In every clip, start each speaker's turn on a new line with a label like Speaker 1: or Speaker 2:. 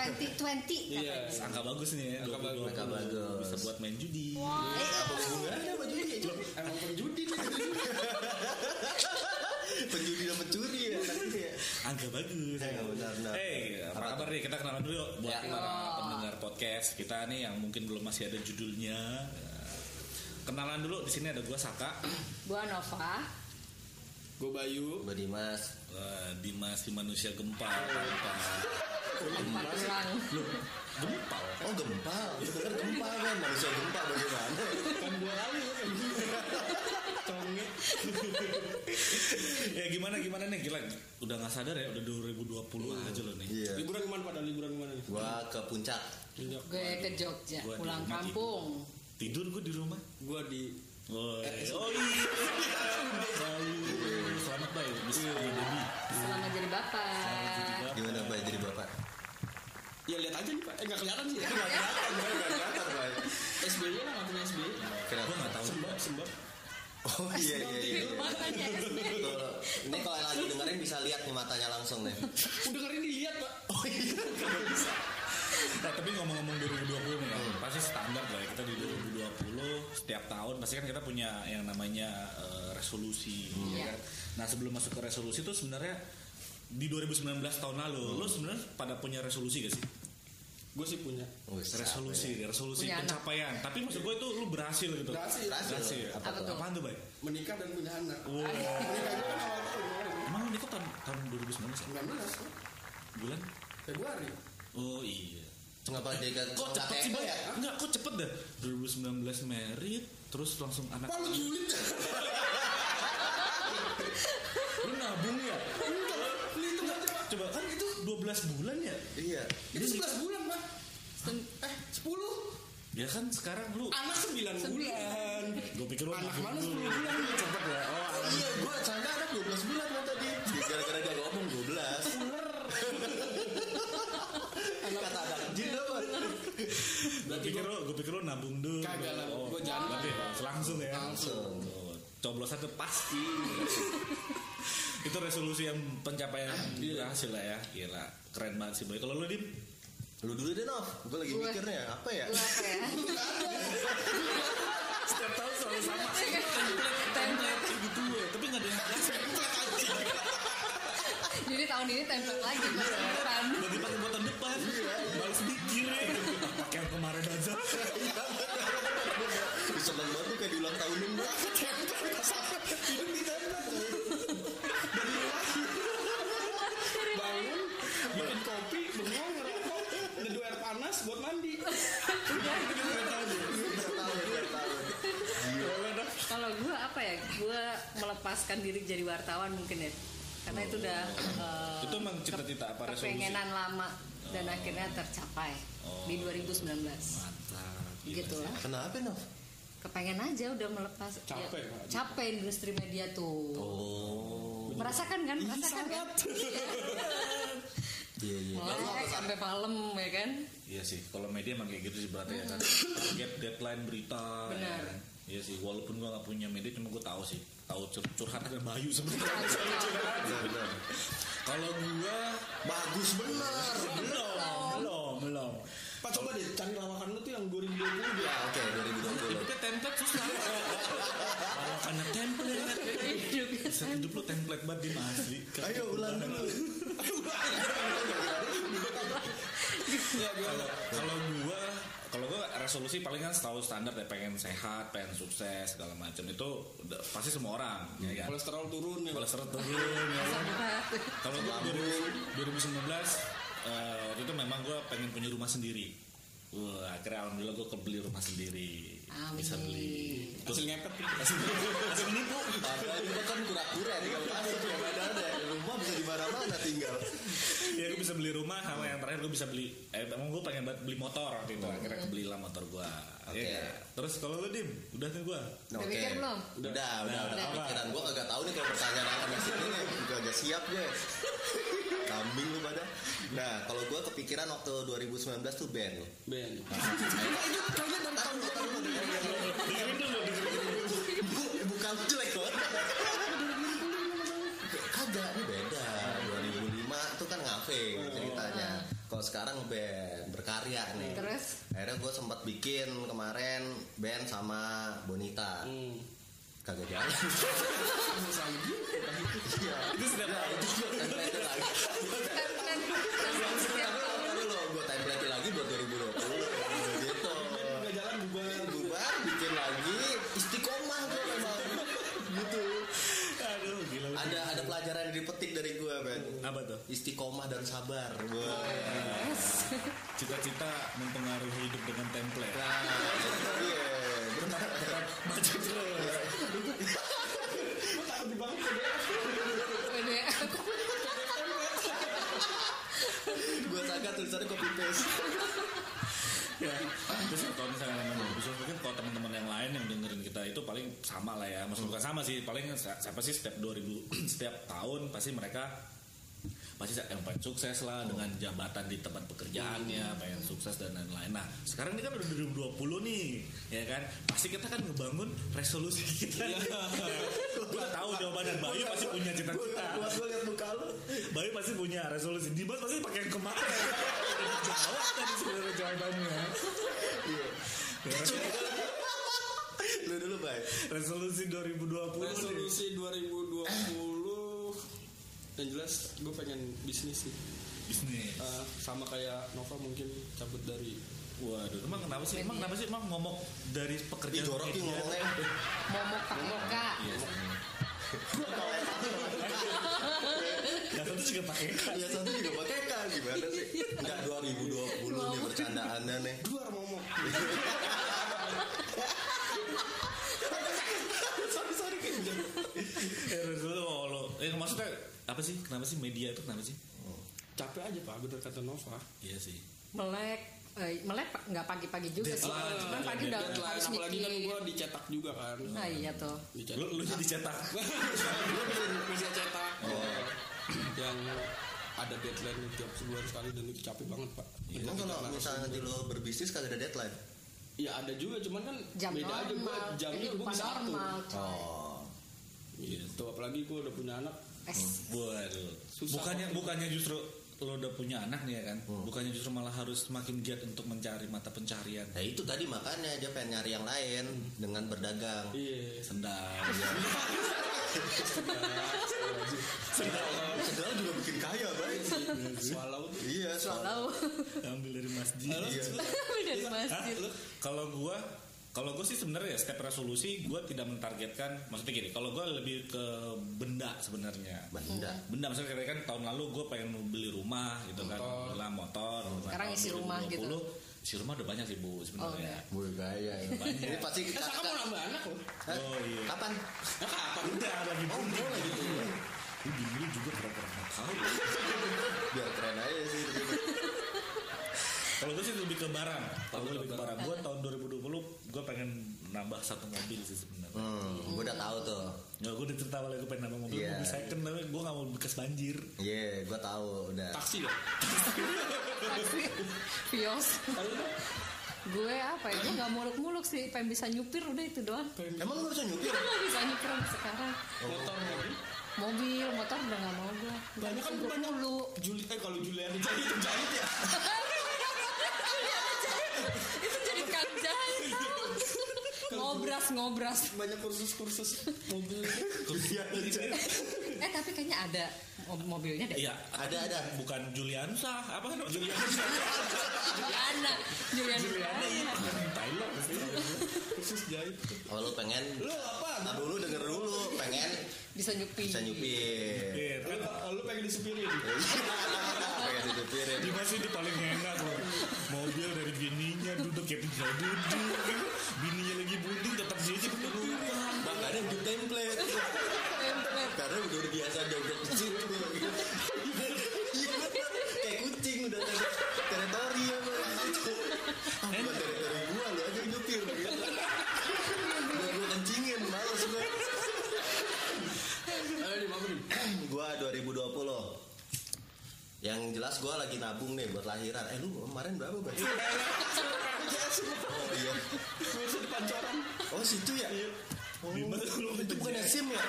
Speaker 1: 20
Speaker 2: Iya.
Speaker 1: katanya.
Speaker 3: Angka bagus nih ya.
Speaker 2: Angka bagus.
Speaker 3: 20,
Speaker 4: Angka bagus.
Speaker 3: Bisa buat main judi.
Speaker 1: Eh,
Speaker 4: Enggak ada baju ini. Cuma
Speaker 2: Emang penjudi nih.
Speaker 4: penjudi dan pencuri ya. anaknya ya.
Speaker 3: Angka bagus.
Speaker 4: Eh, benar, benar.
Speaker 3: Eh, apa,
Speaker 4: Apa
Speaker 3: kabar nih? Kita kenalan dulu yuk buat
Speaker 4: Ya.
Speaker 3: para pendengar podcast kita nih yang mungkin belum masih ada judulnya. Kenalan dulu di sini ada gua Saka,
Speaker 1: Gua Nova.
Speaker 2: Gue Bayu.
Speaker 4: Gua Dimas.
Speaker 3: eh, Dimas si manusia gempal. Gempal.
Speaker 1: Empat
Speaker 3: Iya.
Speaker 1: tulang.
Speaker 3: Gempal.
Speaker 4: Oh gempa, bener gempa kan manusia gempa bagaimana?
Speaker 2: Kan gue lalu. Congek.
Speaker 3: ya gimana gimana nih gila udah nggak sadar ya udah 2020 aja loh nih.
Speaker 4: Iya.
Speaker 2: Liburan kemana pada liburan kemana nih?
Speaker 4: Gua ke puncak.
Speaker 2: Injak.
Speaker 1: Gue ke Jogja,
Speaker 3: Gua di
Speaker 1: pulang
Speaker 3: rumah
Speaker 1: kampung.
Speaker 3: Tidur gua di rumah.
Speaker 2: Gue di
Speaker 3: Oh, oh iya. Bayu. Selamat Bayu. Bisa Dedi.
Speaker 1: Selamat jadi bapak.
Speaker 4: Gimana Pak jadi bapak?
Speaker 2: Ya lihat aja nih Pak. Eh nggak kelihatan sih.
Speaker 4: Nggak kelihatan, Pak. Nggak kelihatan, Pak.
Speaker 2: SBY lah nggak punya SBY.
Speaker 4: Kenapa?
Speaker 3: Gua nggak tahu.
Speaker 2: Sembab sembab.
Speaker 4: Oh iya iya iya.
Speaker 1: Makanya
Speaker 4: Kalau- Ini kalau yang lagi dengerin bisa lihat nih matanya langsung nih.
Speaker 2: Udah dengerin dilihat Pak.
Speaker 4: Oh iya.
Speaker 3: Nah, tapi ngomong-ngomong 2020 nih, ya, pasti standar lah ya. kita di 2020 setiap tahun pasti kan kita punya yang namanya eh, resolusi. ya
Speaker 1: Iya.
Speaker 3: kan? Nah sebelum masuk ke resolusi itu sebenarnya di 2019 tahun lalu, lo sebenarnya pada punya resolusi gak sih?
Speaker 2: Gue sih punya.
Speaker 3: Oh,
Speaker 4: Wih,
Speaker 3: Resolusi, resolusi
Speaker 1: Punya anak.
Speaker 3: pencapaian. Tapi maksud gue itu lo ya? berhasil gitu.
Speaker 2: Berhasil.
Speaker 4: Berhasil.
Speaker 3: Berhasil.
Speaker 4: Apa
Speaker 1: Apa
Speaker 4: tuh?
Speaker 1: tuh?
Speaker 3: Apaan tuh, Bay?
Speaker 2: Menikah dan punya anak.
Speaker 3: Wow.
Speaker 2: Menikah gue kan awal tahun kemarin.
Speaker 3: Emang lo nikah tahun, tahun 2019 ya?
Speaker 2: 19 Pak.
Speaker 3: Bulan?
Speaker 2: Februari.
Speaker 3: Oh iya.
Speaker 4: Ngapa jadi kan?
Speaker 3: Kok cepet sih, Bay? Enggak, kok cepet dah. 2019 merit, terus langsung anak.
Speaker 2: Pak lu julid. ya?
Speaker 3: Lu nabung ya?
Speaker 2: Enggak. Lu hitung aja Pak.
Speaker 3: Coba kan itu 12 bulan ya?
Speaker 4: Iya.
Speaker 2: Itu 11 bulan Pak.
Speaker 1: Sen-
Speaker 2: Eh 10.
Speaker 3: Ya kan sekarang lu
Speaker 2: Anak 9 bulan.
Speaker 3: Gua pikir lu
Speaker 2: anak
Speaker 3: nabung
Speaker 2: mana 10
Speaker 3: dulu.
Speaker 2: bulan lu cepet ya. Oh,
Speaker 4: Oh iya, gua sangka ada 12 bulan lo tadi. Iya, Gara-gara dia ngomong 12. Kata ada jin lo, Pak.
Speaker 3: Gua pikir lu, gua pikir lu nabung dulu. Oh.
Speaker 2: Kagak lah, gua jangan.
Speaker 3: Tapi langsung ya.
Speaker 4: Langsung.
Speaker 3: Oh, Coblosan tuh pasti. itu resolusi yang pencapaian
Speaker 2: Ah, iya.
Speaker 3: berhasil lah ya. Gila, keren banget sih boy. Kalau lu dim
Speaker 4: Lu dulu deh, Nov. Gua lagi
Speaker 1: Gua-
Speaker 4: mikirnya apa ya?
Speaker 1: Gua apa ya?
Speaker 3: setiap tahun selalu sama template kayak gitu ya. Tapi enggak ada yang
Speaker 1: Jadi tahun ini template lagi buat
Speaker 3: Iya.
Speaker 1: tahun depan.
Speaker 3: Udah dipakai buat tahun depan. Balas mikir ya. Pakai yang kemarin aja.
Speaker 4: Lu Seneng banget tuh kayak di ulang tahunin gua. Hidup di tempat.
Speaker 2: bangun bikin kopi bengong ngerokok neduh air panas buat mandi
Speaker 4: Dua tahun, dua tahun.
Speaker 1: Kalau gue apa ya? Gue melepaskan diri jadi wartawan mungkin ya. Karena itu udah eh,
Speaker 3: Itu emang cita-cita apa resolusi?
Speaker 1: kepengenan lama dan akhirnya tercapai di
Speaker 3: Oh.
Speaker 1: 2019.
Speaker 3: Mantap.
Speaker 1: Gitu lah.
Speaker 4: Kenapa, Nov?
Speaker 1: Kepengen aja udah melepas ya,
Speaker 2: Capek, Pak.
Speaker 1: capek industri media tuh.
Speaker 4: Oh.
Speaker 1: Merasakan kan?
Speaker 2: Ih,
Speaker 1: Merasakan kan?
Speaker 2: sangat
Speaker 4: Iya, iya.
Speaker 1: Mulai sampai malam ya kan?
Speaker 3: Iya sih, kalau media emang kayak gitu sih berarti ya kan. Target deadline berita. ya
Speaker 1: Benar.
Speaker 3: kan? Iya sih, walaupun gua nggak punya media, cuma gua tahu sih, tahu cur- curhat dan Bayu sebenarnya.
Speaker 4: Benar, Iya, benar.
Speaker 3: kalau gua
Speaker 4: Bagus bener.
Speaker 3: belum, belum, belum.
Speaker 2: pak coba deh cari lawakan lu tuh yang 2020
Speaker 4: Ya, oke,
Speaker 3: Itu
Speaker 4: 2020.
Speaker 3: kan template susah. Kalau karena template, bisa hidup lu template banget di asli.
Speaker 4: Ayo ulang dulu.
Speaker 3: Ya, gua- kalau gua kalau gua resolusi paling kan setahu standar ya pengen sehat, pengen sukses segala macam itu udah- pasti semua orang ya kan.
Speaker 2: kolesterol turun ya
Speaker 3: Kolesterol turun ya kan? Kalau gue
Speaker 4: Lambung.
Speaker 3: 2019 eh, waktu itu memang gue pengen punya rumah sendiri. Wah, akhirnya alhamdulillah gue kebeli rumah sendiri. Bisa beli.
Speaker 2: hasil ngepet
Speaker 3: Langsung nipu.
Speaker 4: Apa juga kan kura-kura tinggal masuk ya padahal deh. Rumah bisa di mana-mana tinggal.
Speaker 3: ya gue bisa beli rumah sama yang terakhir gue bisa beli eh emang gue pengen banget beli motor waktu itu akhirnya kebelilah motor gue
Speaker 4: Oke.
Speaker 3: terus kalau lu dim udah tuh gue
Speaker 1: Udah mikir belum?
Speaker 4: Udah, udah, udah.
Speaker 3: Udah.
Speaker 4: Pikiran gua kagak tahu nih kalau pertanyaan akan di sini nih. Gua agak siap gue. Kambing lu pada. Nah, kalau gua kepikiran waktu 2019 tuh band.
Speaker 2: ben
Speaker 4: itu kayaknya dari tahun
Speaker 3: dengerin dulu dengerin
Speaker 4: Bu- bukan jelek kok. Kagak, ini beda. 2005 itu kan ngafe ceritanya. Kalau Kalau sekarang ngeband berkarya nih.
Speaker 1: Terus?
Speaker 4: Akhirnya gue sempat bikin kemarin band sama Bonita.
Speaker 3: Hmm.
Speaker 4: Kagak jalan. Iya.
Speaker 3: Itu setiap
Speaker 4: Nah,
Speaker 3: tahun.
Speaker 4: itu gue template lagi.
Speaker 1: Kan kan kan setiap
Speaker 4: Tapi
Speaker 1: tahun
Speaker 4: tapi lo gue template lagi buat 2020. Gitu.
Speaker 2: Nggak jalan bubar.
Speaker 4: Bubar bikin lagi istiqomah gue memang. Gitu.
Speaker 3: Aduh, gila.
Speaker 4: Ada ada pelajaran yang dipetik dari gue Ben.
Speaker 3: Apa tuh?
Speaker 4: Istiqomah dan sabar. Wah.
Speaker 2: Oh, iya.
Speaker 3: Cita-cita mempengaruhi hidup dengan template.
Speaker 4: Nah, itu dia. Benar.
Speaker 3: Baca terus.
Speaker 2: Gue takut dibangun ke dia.
Speaker 1: PDF.
Speaker 4: Gue sangka tulisannya copy paste.
Speaker 3: Ya. Terus kalau misalnya memang bisa mungkin kalau teman-teman yang lain yang dengerin kita itu paling sama lah ya. Maksudnya bukan sama sih, paling sa- siapa sih setiap 2000 setiap tahun pasti mereka pasti yang pengen sukses lah dengan jabatan di tempat pekerjaannya, pengen sukses dan lain-lain. Nah, sekarang ini kan udah 2020 nih, ya kan? Pasti kita kan ngebangun resolusi kita. Gue tahu jawaban dan Bayu pasti punya cita-cita.
Speaker 4: gue liat muka lu.
Speaker 3: Bayu pasti punya resolusi. Dimas pasti pakai yang kemarin. Jawab tadi sebenarnya jawabannya. Iya.
Speaker 4: Lu dulu baik.
Speaker 3: Resolusi 2020 nih.
Speaker 2: Resolusi 2020 yang jelas gue pengen bisnis sih.
Speaker 3: bisnis.
Speaker 2: Eh, sama kayak Nova mungkin cabut dari
Speaker 3: Waduh, emang kenapa sih? Emang kenapa sih? Emang ngomong dari
Speaker 4: Ini
Speaker 3: pekerjaan
Speaker 4: jorok nih
Speaker 3: media.
Speaker 4: ngomongnya.
Speaker 1: Momok pakai K.
Speaker 3: Iya. Yang satu juga E. pakai K.
Speaker 4: Iya satu juga pakai K gimana sih? Enggak 2020 nih bercandaannya nih.
Speaker 2: luar momok.
Speaker 4: sorry sorry kayak gitu.
Speaker 3: Eh, resolusi oh, lo. Eh, maksudnya apa sih? Kenapa sih media itu kenapa sih?
Speaker 2: Capek aja pak, bener kata Nova.
Speaker 3: Iya sih.
Speaker 1: Melek eh, melek pa- nggak pagi-pagi juga sih.
Speaker 3: Deadline.
Speaker 1: Cuman pagi udah
Speaker 2: Deadline,
Speaker 1: harus
Speaker 2: apalagi kan
Speaker 1: bikin.
Speaker 2: gue dicetak juga kan.
Speaker 1: Nah iya tuh.
Speaker 2: Dicetak.
Speaker 3: Lu, lu jadi cetak.
Speaker 2: Gue bisa cetak. Yang ada deadline tiap sebulan sekali dan itu capek banget pak.
Speaker 4: Emang kalau misalnya nanti lo berbisnis kagak ada deadline.
Speaker 2: Ya ada juga, cuman kan
Speaker 1: Jam
Speaker 2: beda aja gue
Speaker 1: normal.
Speaker 2: jamnya gue
Speaker 1: kehidupan
Speaker 2: bisa atur.
Speaker 1: normal. coy.
Speaker 4: Oh.
Speaker 2: Gitu, apalagi gue udah punya anak.
Speaker 1: Es.
Speaker 3: Waduh.
Speaker 2: Susah
Speaker 3: bukannya
Speaker 2: waktu.
Speaker 3: bukannya justru lo udah punya anak nih ya kan? Bukannya justru malah harus makin giat untuk mencari mata pencarian.
Speaker 4: Nah itu tadi makanya dia pengen nyari yang lain dengan berdagang.
Speaker 2: Iya.
Speaker 3: Sendal.
Speaker 4: Padahal juga bikin kaya baik.
Speaker 2: Swallow tuh.
Speaker 4: Iya soalnya.
Speaker 1: Tahu.
Speaker 3: Ambil dari masjid.
Speaker 4: Iya.
Speaker 1: Dari
Speaker 3: Hah?
Speaker 1: masjid.
Speaker 3: Lu- Kalau gua kalau gue sih sebenarnya ya, setiap resolusi gua tidak mentargetkan maksudnya gini kalau gua lebih ke benda sebenarnya
Speaker 4: Benda.
Speaker 3: benda misalnya kayak kan tahun lalu gue pengen beli rumah gitu kan bela motor Nah,
Speaker 1: Sekarang
Speaker 3: tahun
Speaker 1: isi rumah gitu. Oh, iya.
Speaker 3: 2020, isi rumah udah banyak sih bu sebenarnya
Speaker 4: Gue gaya ya. Ini pasti kita.
Speaker 2: Kakak Eh, mau nambah anak loh.
Speaker 4: Hah?
Speaker 3: Oh, iya.
Speaker 4: Kapan?
Speaker 2: Ya kapan?
Speaker 3: udah lagi
Speaker 4: Oh,
Speaker 3: booming
Speaker 4: gua lagi
Speaker 3: Iya.
Speaker 4: booming.
Speaker 3: Lu dulu juga pernah nggak gitu. tahu
Speaker 4: Biar keren aja sih.
Speaker 3: kalau gue sih lebih ke barang kalau gue lebih ke barang gue tahun 2020 gue pengen nambah satu mobil sih sebenarnya
Speaker 4: Hmm, gue udah tahu tuh.
Speaker 3: Nggak, gue udah cerita awalnya gue pengen nambah mobil
Speaker 4: Iya.
Speaker 3: mobil second tapi gue nggak mau bekas banjir
Speaker 4: Iya, gue tahu udah.
Speaker 2: Taksi loh.
Speaker 1: Taksi. Vios. Gue apa ya? Gue nggak muluk-muluk sih. Pengen bisa nyupir udah itu doang.
Speaker 4: Emang lu bisa nyupir?
Speaker 1: Nggak bisa nyupir sampai sekarang.
Speaker 2: Motor mobil.
Speaker 1: Mobil, motor udah nggak mau gue.
Speaker 2: Banyak kan banyak
Speaker 1: mulu.
Speaker 2: Juli eh kalau Julian jadi itu jahit ya.
Speaker 1: itu jadi kang jahit tau. ngobras ngobras
Speaker 2: Banyak kursus-kursus mobil.
Speaker 1: eh tapi kayaknya ada mo- mobilnya deh
Speaker 3: Iya,
Speaker 4: Ada, ada.
Speaker 3: Bukan Juliansa, apa namanya? Juliansa.
Speaker 1: Juliana Juliana Juliana
Speaker 3: Thailand.
Speaker 2: Kursus jahit.
Speaker 4: Oh, lu pengen?
Speaker 2: Lu Eh, apa?
Speaker 4: Nah, dulu denger dulu, pengen
Speaker 1: bisa nyupi
Speaker 4: bisa nyupir. Iya.
Speaker 3: Iya,
Speaker 2: Lu, lu pengen gitu? disupirin.
Speaker 4: pengen dinyupirin.
Speaker 3: Di masih itu paling enak loh. Mobil dari bininya duduk ya tinggal duduk. Bininya lagi bunting tetap dia aja punya rumah.
Speaker 4: Makanya di template. Karena udah, udah biasa jogrok di situ. Iya, bener. kayak kucing udah ter- teritori ya gua. Ah, bukan teritori gua, lu aja yang nyupir. Gitu. Udah gua kencingin, males gua.
Speaker 2: Ayo Eh, di maafin.
Speaker 4: Gua 2020 yang jelas gua lagi nabung nih buat lahiran. Eh lu kemarin berapa Bay? Oh iya.
Speaker 2: Kursus di pancoran.
Speaker 4: Oh situ ya?
Speaker 3: Dimas lu
Speaker 4: Itu bukan SIM ya?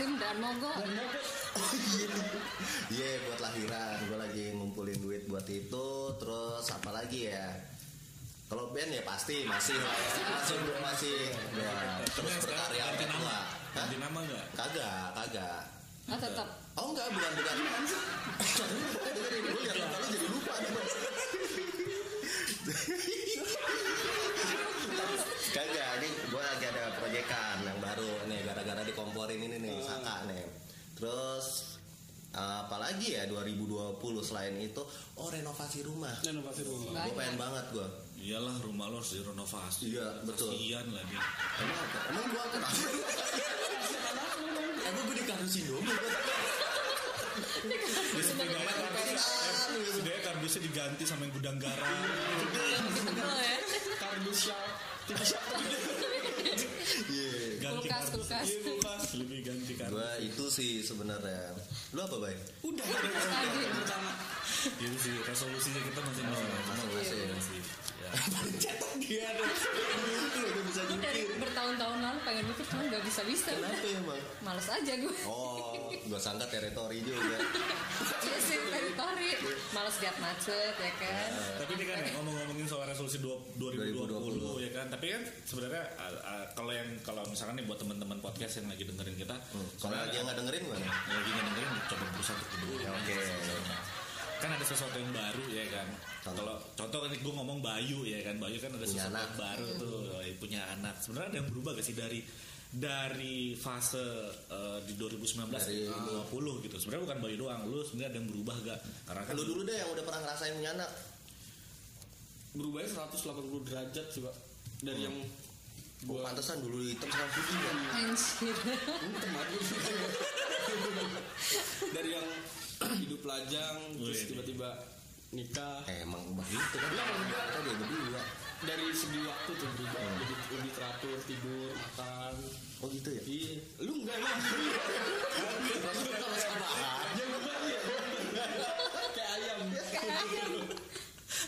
Speaker 1: Tim dan Mogo.
Speaker 4: Iya buat lahiran gue lagi ngumpulin duit buat itu terus apa lagi ya kalau band ya pasti masih lah ya. masih belum masih ya, terus berkarya
Speaker 3: ganti nama
Speaker 4: berdua. Hah?
Speaker 3: ganti nama nggak
Speaker 4: kagak kagak
Speaker 1: Oh, tetap.
Speaker 4: oh enggak bukan bukan gue liat muka lu jadi lupa nih, Mas. kagak ini gue lagi ada proyekan yang baru nih gara-gara dikomporin ini nih Saka nih terus apalagi ya 2020 selain itu oh renovasi rumah
Speaker 2: Renovasi rumah.
Speaker 4: gue pengen banget gue
Speaker 3: iyalah rumah lo harus direnovasi
Speaker 4: Iya, betul.
Speaker 3: kasian lah dia
Speaker 4: emang apa? emang gue kenapa emang gue dikarusin dong
Speaker 3: Dia sebenarnya kardus- sebenarnya kardusnya kan diganti sama yang gudang garam
Speaker 1: Iya, Tebel ya.
Speaker 2: Kardus shop. Tipe shop.
Speaker 4: Iya.
Speaker 3: ganti
Speaker 1: Kulkas,
Speaker 3: kardus.
Speaker 1: kulkas.
Speaker 3: Iya, kulkas lebih ganti kardus
Speaker 4: Gua itu sih sebenarnya. Lu apa, Bay?
Speaker 2: Udah, udah, udah.
Speaker 1: Tadi.
Speaker 2: Pertama.
Speaker 3: Jadi Iya sih resolusinya kita masih Oh, masih
Speaker 4: masing-masing.
Speaker 3: masih ya.
Speaker 4: Cetak dia dong. Itu gak bisa
Speaker 1: Gue dari bertahun-tahun lalu pengen mikir cuma nggak bisa bisa.
Speaker 4: Kenapa emang?
Speaker 1: Males aja gue.
Speaker 4: Oh, gua sangka teritori juga.
Speaker 1: Iya sih teritori. Males lihat macet ya kan.
Speaker 3: Tapi ini kan ya, ngomong-ngomongin soal resolusi dua- 2020,
Speaker 4: 2020,
Speaker 3: ya kan. Tapi kan sebenarnya uh, uh, kalau yang kalau misalkan nih buat teman-teman podcast yang lagi dengerin kita,
Speaker 4: Kalau
Speaker 3: sebenarnya
Speaker 4: lagi yang Hmm, nggak dengerin gimana?
Speaker 3: yang lagi dengerin coba berusaha untuk dulu.
Speaker 4: Ya, Oke.
Speaker 3: Kan ada sesuatu yang baru ya kan.
Speaker 4: Contoh.
Speaker 3: Kalau contoh kan gue ngomong Bayu ya kan. Bayu kan
Speaker 4: Punya
Speaker 3: ada sesuatu
Speaker 4: anak.
Speaker 3: yang baru tuh eh, punya anak. Sebenarnya ada yang berubah gak sih dari dari fase eh, di 2019
Speaker 4: Dari-
Speaker 3: ke 2020 gitu. Sebenarnya bukan Bayu doang, lu sebenarnya ada yang berubah gak? Karena kan
Speaker 4: Lu dulu deh yang udah pernah ngerasain punya anak.
Speaker 2: Berubahnya 180 derajat sih, Pak.
Speaker 4: Hmm.
Speaker 2: Dari yang
Speaker 4: Oh, Gua
Speaker 2: gua
Speaker 4: pantesan dulu hitam sama putih kan.
Speaker 1: Anjir.
Speaker 2: Hitam aja. dari yang hidup lajang
Speaker 4: Oh,
Speaker 2: terus
Speaker 4: iya,
Speaker 3: Wih.
Speaker 2: tiba-tiba nikah
Speaker 4: Eh, Emang begitu kan?
Speaker 2: Iya, emang berdua.
Speaker 4: Kita dia berdua.
Speaker 2: dari segi waktu tuh berubah jadi lebih teratur tidur makan
Speaker 4: Hmm. Oh gitu ya?
Speaker 2: iya lu enggak lah aja berubah ya kayak ayam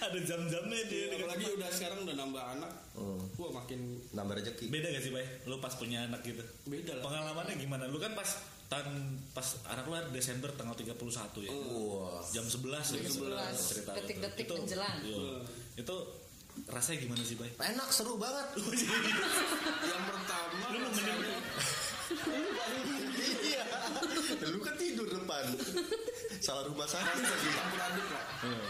Speaker 3: ada jam-jamnya dia. kan.
Speaker 2: Iya, apalagi udah sekarang udah nambah anak
Speaker 4: Hmm.
Speaker 2: wah makin
Speaker 4: Nambah rezeki.
Speaker 3: Beda gak sih, Bay? Lu pas punya anak gitu.
Speaker 2: beda lah
Speaker 3: Pengalamannya gimana? Lu kan pas tahun pas anak lu lahir Desember tanggal 31
Speaker 4: Hmm.
Speaker 3: ya.
Speaker 4: Wah.
Speaker 3: Jam 11 ya.
Speaker 1: 11,
Speaker 3: Cerita lu.
Speaker 1: detik-detik
Speaker 3: Itu-
Speaker 1: menjelang.
Speaker 3: iya. Itu rasanya gimana sih, Bay?
Speaker 4: Enak seru banget.
Speaker 2: yang pertama
Speaker 3: Lu nemenin
Speaker 2: rasanya-
Speaker 3: gua.
Speaker 4: Iya. Lu kan tidur depan. Salah rumah sakit
Speaker 2: rasanya
Speaker 4: lagi.
Speaker 2: campur aduk lah
Speaker 4: Iya.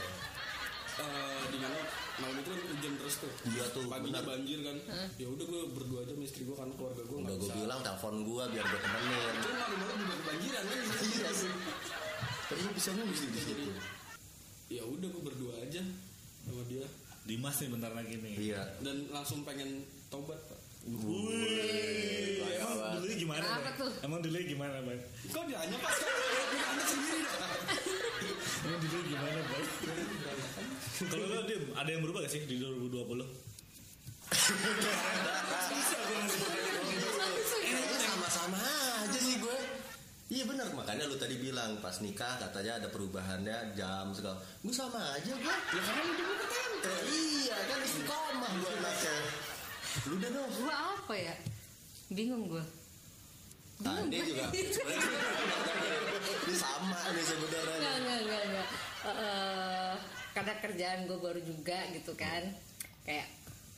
Speaker 2: Eh, di mana malam itu kan hujan terus tuh
Speaker 4: Iya tuh,
Speaker 2: paginya
Speaker 4: benar.
Speaker 2: banjir kan ya udah gue berdua aja sama istri gue kan keluarga gue
Speaker 4: Udah
Speaker 2: nggak
Speaker 4: gue
Speaker 2: bisa
Speaker 4: bilang telepon gue biar gue temenin.
Speaker 2: Cuma malam-malam juga kebanjiran kan
Speaker 4: Iya sih. Tapi lu bisa nulis di situ.
Speaker 2: ya udah gue berdua aja sama dia
Speaker 3: Dimas nih bentar lagi nih.
Speaker 4: Iya.
Speaker 2: dan langsung pengen tobat pak
Speaker 3: Wih, emang dulu gimana?
Speaker 1: Kenapa
Speaker 3: Bay?
Speaker 1: tuh?
Speaker 3: Emang dulu gimana, Bay?
Speaker 2: kok dia hanya pas Kok dia hanya sendiri dah
Speaker 3: Emang dulu gimana, Bay? Kalau lu dia ada yang berubah gak sih di 2020?
Speaker 4: Kayaknya sama-sama aja sih gue. Iya benar makanya lu tadi bilang pas nikah katanya ada perubahannya jam segala. Gue sama aja gue. Ya karena hidup lu ketempe. Iya kan istiqomah gue anaknya. Lu udah dong.
Speaker 1: Gue apa ya? Bingung gue.
Speaker 4: Nah, dia
Speaker 1: Bingung
Speaker 4: juga.
Speaker 1: gue.
Speaker 4: Ini sama nih sebenarnya.
Speaker 1: Enggak, enggak, enggak, enggak. Eh, karena kerjaan gue baru juga gitu kan. Kayak,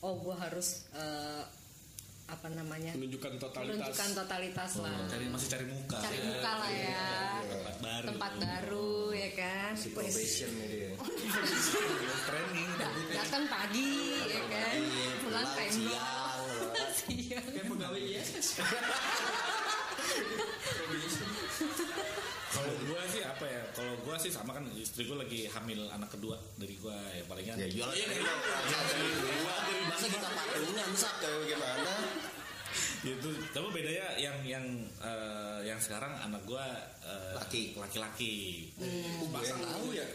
Speaker 1: oh gue harus eh, apa namanya?
Speaker 2: menunjukkan totalitas
Speaker 1: Menunjukkan totalitas lah.
Speaker 3: Oh, Cari masih cari muka.
Speaker 1: Cari muka lah ya.
Speaker 3: Tempat baru.
Speaker 1: Tempat baru ya kan.
Speaker 4: Si
Speaker 1: Wes,
Speaker 4: probation nih dia.
Speaker 3: Training.
Speaker 1: da- Datang pagi ya kan.
Speaker 4: Iya,
Speaker 1: Pulang Iya.
Speaker 4: pulang
Speaker 1: tembok.
Speaker 4: siang.
Speaker 1: Siang.
Speaker 2: kayak pegawai ya
Speaker 3: Kalau gue sih apa ya? Kalau gue sih sama kan istri gue lagi hamil anak kedua dari gue ya palingan.
Speaker 4: Ya jualan iya, iya, Masa kita patungan sak kayak gimana?
Speaker 3: Ya, Itu tapi bedanya yang yang eh, yang sekarang anak gue
Speaker 4: Laki.
Speaker 3: laki-laki.
Speaker 4: Gue yang tahu ya.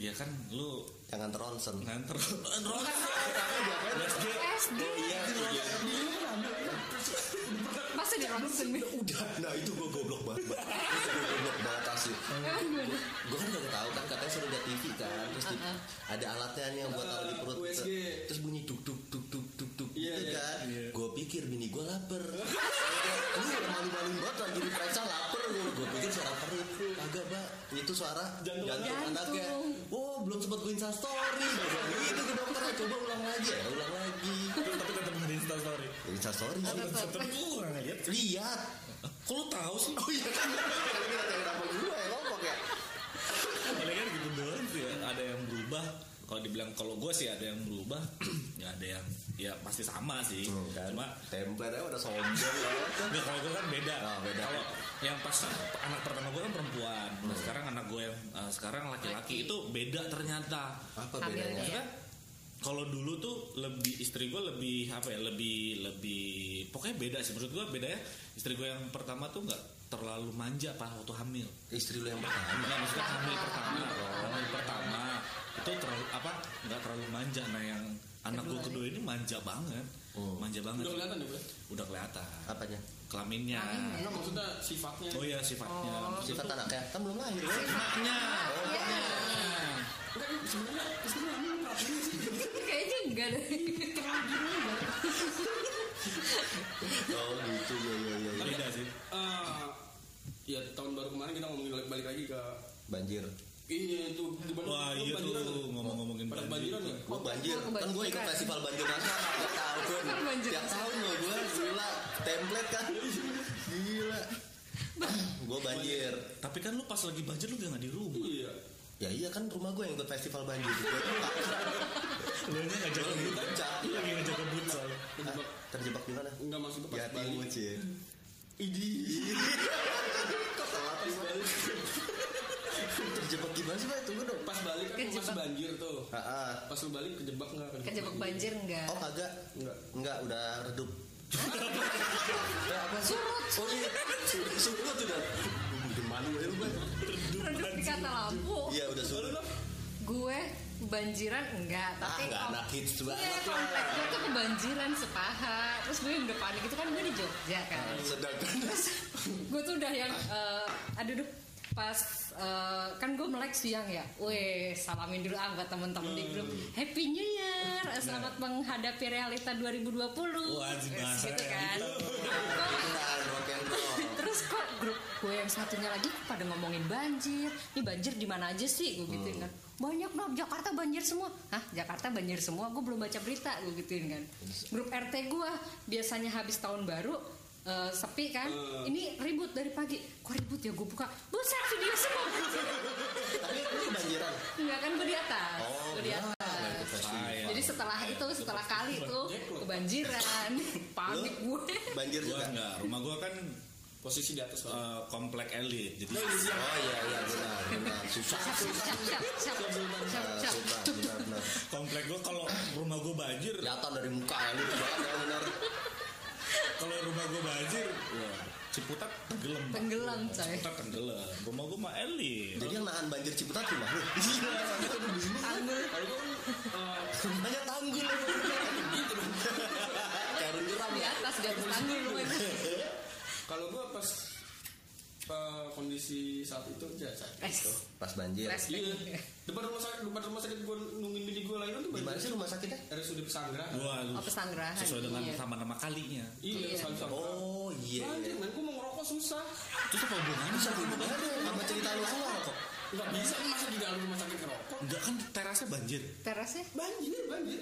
Speaker 3: Ya kan lu
Speaker 4: Jangan teronsen.
Speaker 3: nganter.
Speaker 1: SD. Masa di Ronsen
Speaker 4: Udah, nah itu gue goblok banget. Bang. Itu gue goblok banget asli.
Speaker 1: Emang gimana?
Speaker 4: Gue kan gak tahu kan katanya suruh lihat TV kan, terus di- ada alatnya nih yang buat taruh di perut.
Speaker 2: USG.
Speaker 4: Terus bunyi duk duk duk duk duk duk.
Speaker 2: Iya,
Speaker 4: gitu
Speaker 3: iya,
Speaker 4: kan
Speaker 3: iya.
Speaker 4: gue pikir bini gue lapar lu udah malu-maluin banget lagi di kaca lapar gue gue pikir suara perut agak mbak itu suara jantung,
Speaker 3: Jantung
Speaker 4: anaknya
Speaker 1: Jantung.
Speaker 4: oh belum sempat gue insta story gitu ke dokter coba ulang lagi ya ulang lagi
Speaker 3: tapi tetap nggak di Insta story
Speaker 4: insta story
Speaker 3: tetap gue nggak lihat
Speaker 4: lihat
Speaker 3: kok lu tahu sih
Speaker 4: oh iya kan Kan lihat yang kenapa gue ya ngomong ya
Speaker 3: Paling kan gitu doang sih ya. Ada yang berubah kalau dibilang kalau gue sih ada yang berubah ya ada yang ya pasti sama sih
Speaker 4: kan?
Speaker 3: cuma
Speaker 4: template aja udah sombong ya
Speaker 3: Nggak, kalau gue kan beda.
Speaker 4: Oh, beda. Hmm.
Speaker 3: Kalau yang pas anak pertama gue kan perempuan. Nah, sekarang anak gue yang eh, sekarang laki-laki itu beda ternyata.
Speaker 4: apa
Speaker 1: Hamilnya.
Speaker 4: bedanya
Speaker 3: Maksudnya, kalau dulu tuh lebih istri gue lebih apa ya lebih lebih pokoknya beda sih menurut gue bedanya istri gue yang pertama tuh nggak terlalu manja pas waktu hamil.
Speaker 4: istri lu yang pertama
Speaker 3: Nah, maksudnya hamil pertama, hamil pertama itu terlalu apa nggak terlalu manja. Nah yang anak gue kedua ini manja banget,
Speaker 4: Oh.
Speaker 3: manja banget.
Speaker 2: Udah kelihatan ya, Bro?
Speaker 3: Udah kelihatan
Speaker 4: apanya
Speaker 3: kelaminnya.
Speaker 1: Kelaminnya.
Speaker 2: Enggak maksudnya sifatnya.
Speaker 3: Oh iya sifatnya.
Speaker 4: sifat anaknya kan belum lahir kan?
Speaker 3: Sifatnya.
Speaker 4: Oh,
Speaker 2: Enggak, ini sebenarnya istri lu hamil berapa ini sih?
Speaker 1: Kayaknya enggak deh.
Speaker 4: Oh gitu ya ya ya. ya.
Speaker 3: Beda sih.
Speaker 2: Eh, ya tahun baru kemarin kita ngomongin balik, balik lagi ke
Speaker 4: Banjir.
Speaker 2: ini tuh di Bandung.
Speaker 3: Wah
Speaker 2: Lu
Speaker 3: iya
Speaker 2: banjiran
Speaker 3: tuh
Speaker 2: nggak?
Speaker 3: ngomong-ngomongin
Speaker 2: Pada
Speaker 3: banjir.
Speaker 2: banjiran ya?
Speaker 4: Gua banjir. Kan
Speaker 1: gua
Speaker 4: gue ikut
Speaker 1: kebanjiran.
Speaker 4: festival banjir nasional tiap tahun.
Speaker 1: Kan banjir
Speaker 4: Tiap tahun loh gue gila template kan. Gila. gue banjir.
Speaker 3: Tapi kan lu pas lagi banjir lu gak nggak di rumah.
Speaker 2: Iya.
Speaker 4: Ya iya kan rumah gue yang ikut festival banjir. Gue lupa.
Speaker 3: Lu nya
Speaker 4: Gue
Speaker 3: nggak jaga
Speaker 4: lagi
Speaker 3: but.
Speaker 4: baca.
Speaker 3: Lu lagi nggak jaga but soalnya.
Speaker 2: Terjebak.
Speaker 4: Ah, Terjebak di mana?
Speaker 2: Enggak maksudnya pas
Speaker 4: Ya
Speaker 2: Bali.
Speaker 4: timu cie. Hmm.
Speaker 2: Idi.
Speaker 4: Kok salah
Speaker 2: Pas Bali.
Speaker 4: terjebak gimana sih pak? Tunggu dong.
Speaker 2: Pas Bali kan lu
Speaker 1: Kejebak.
Speaker 2: masih banjir tuh.
Speaker 4: Ah, ah.
Speaker 2: Pas lu balik kejebak enggak?
Speaker 1: Kejebak Kan banjir enggak?
Speaker 4: Oh kagak.
Speaker 2: Enggak.
Speaker 4: Enggak udah redup. Ya, apa sih?
Speaker 1: Surut.
Speaker 4: Oh iya, surut, surut udah. Bikin malu ya lu, Bang.
Speaker 1: Redup di kata lampu.
Speaker 4: Iya, udah surut.
Speaker 1: Gue banjiran enggak, tapi
Speaker 4: nggak
Speaker 1: kom-
Speaker 4: anak hits banget
Speaker 1: Iya,
Speaker 4: lah.
Speaker 1: komplek gue tuh kebanjiran sepaha. Terus gue udah panik itu kan gue di Jogja kan.
Speaker 4: Ah. Sedangkan
Speaker 1: Terus gue tuh udah yang eh, aduh duh pas eh, kan gue melek siang ya, weh salamin dulu ah buat temen-temen di grup Happy New Year, selamat menghadapi realita 2020
Speaker 3: Wah,
Speaker 1: Terus
Speaker 3: bahasa
Speaker 1: gitu kan
Speaker 3: realita.
Speaker 1: Gue-
Speaker 4: Nah, rock and roll.
Speaker 1: Terus kok grup gue yang satunya lagi pada ngomongin banjir. Ini banjir di mana aja sih? Gue gituin kan. Banyak dong Jakarta banjir semua. Hah, Jakarta banjir semua. Gue belum baca berita, gue gituin kan. Grup RT gue biasanya habis tahun baru eh, sepi kan. Ini ribut dari pagi. Kok ribut ya gue buka. Buset video semua.
Speaker 4: Tapi lu banjiran.
Speaker 1: Enggak kan gue di atas.
Speaker 4: Oh,
Speaker 1: gue di
Speaker 4: enggak.
Speaker 1: atas.
Speaker 4: Ikut festival.
Speaker 3: Sayang.
Speaker 1: Jadi setelah itu, setelah kali itu kebanjiran. Panik
Speaker 4: Lu?
Speaker 1: gue.
Speaker 4: Banjir
Speaker 3: Gua
Speaker 4: juga.
Speaker 3: nggak. Rumah gua kan
Speaker 2: Posisi di atas. Bang.
Speaker 3: eh, komplek elit. Jadi
Speaker 4: Oh iya iya benar benar susah
Speaker 1: Siap,
Speaker 4: susah
Speaker 1: siap, siap, siap, siap,
Speaker 4: Nah,
Speaker 1: siap.
Speaker 4: susah benar benar
Speaker 3: komplek gua kalau rumah gua banjir,
Speaker 4: kelihatan dari muka ya lu banget ya, benar
Speaker 3: kalau rumah gua banjir, ya Ciputat tenggelam. Pak.
Speaker 1: Tenggelam, coy.
Speaker 3: Ciputat tenggelam. Rumah gua mah elit.
Speaker 4: jadi yang nahan banjir ciputat cuma lu Iya,
Speaker 1: Tanggul.
Speaker 2: Kalau gua kan eh,
Speaker 4: hanya tanggul
Speaker 2: gitu dong.
Speaker 4: karun jeram
Speaker 1: di
Speaker 4: ya
Speaker 1: atas Eh, di atas tanggul lu itu
Speaker 2: Kalau gua pas eh, kondisi saat itu ya saat
Speaker 1: Eh,
Speaker 2: itu.
Speaker 4: pas banjir
Speaker 1: Respect.
Speaker 2: Iya. Depan rumah sakit, depan rumah sakit gua nungguin bini gua lahiran tuh
Speaker 4: di
Speaker 2: banjir.
Speaker 4: mana sih rumah sakitnya
Speaker 2: RSUD Pesanggerahan.
Speaker 3: Waduh.
Speaker 1: Oh, pesanggerahan,
Speaker 3: Sesuai dengan
Speaker 1: iya.
Speaker 3: sama nama kalinya.
Speaker 1: Iya.
Speaker 2: Iya, Pesanggerahan.
Speaker 4: oh iya
Speaker 2: Anjir, men, gua mau ngerokok susah.
Speaker 3: Terus apa hubungannya?
Speaker 4: bisa hubungannya sama cerita lu awal kok
Speaker 2: Enggak bisa masa di dalam rumah sakit ngerokok.
Speaker 3: Enggak kan terasnya banjir.
Speaker 1: terasnya
Speaker 2: Banjir, banjir.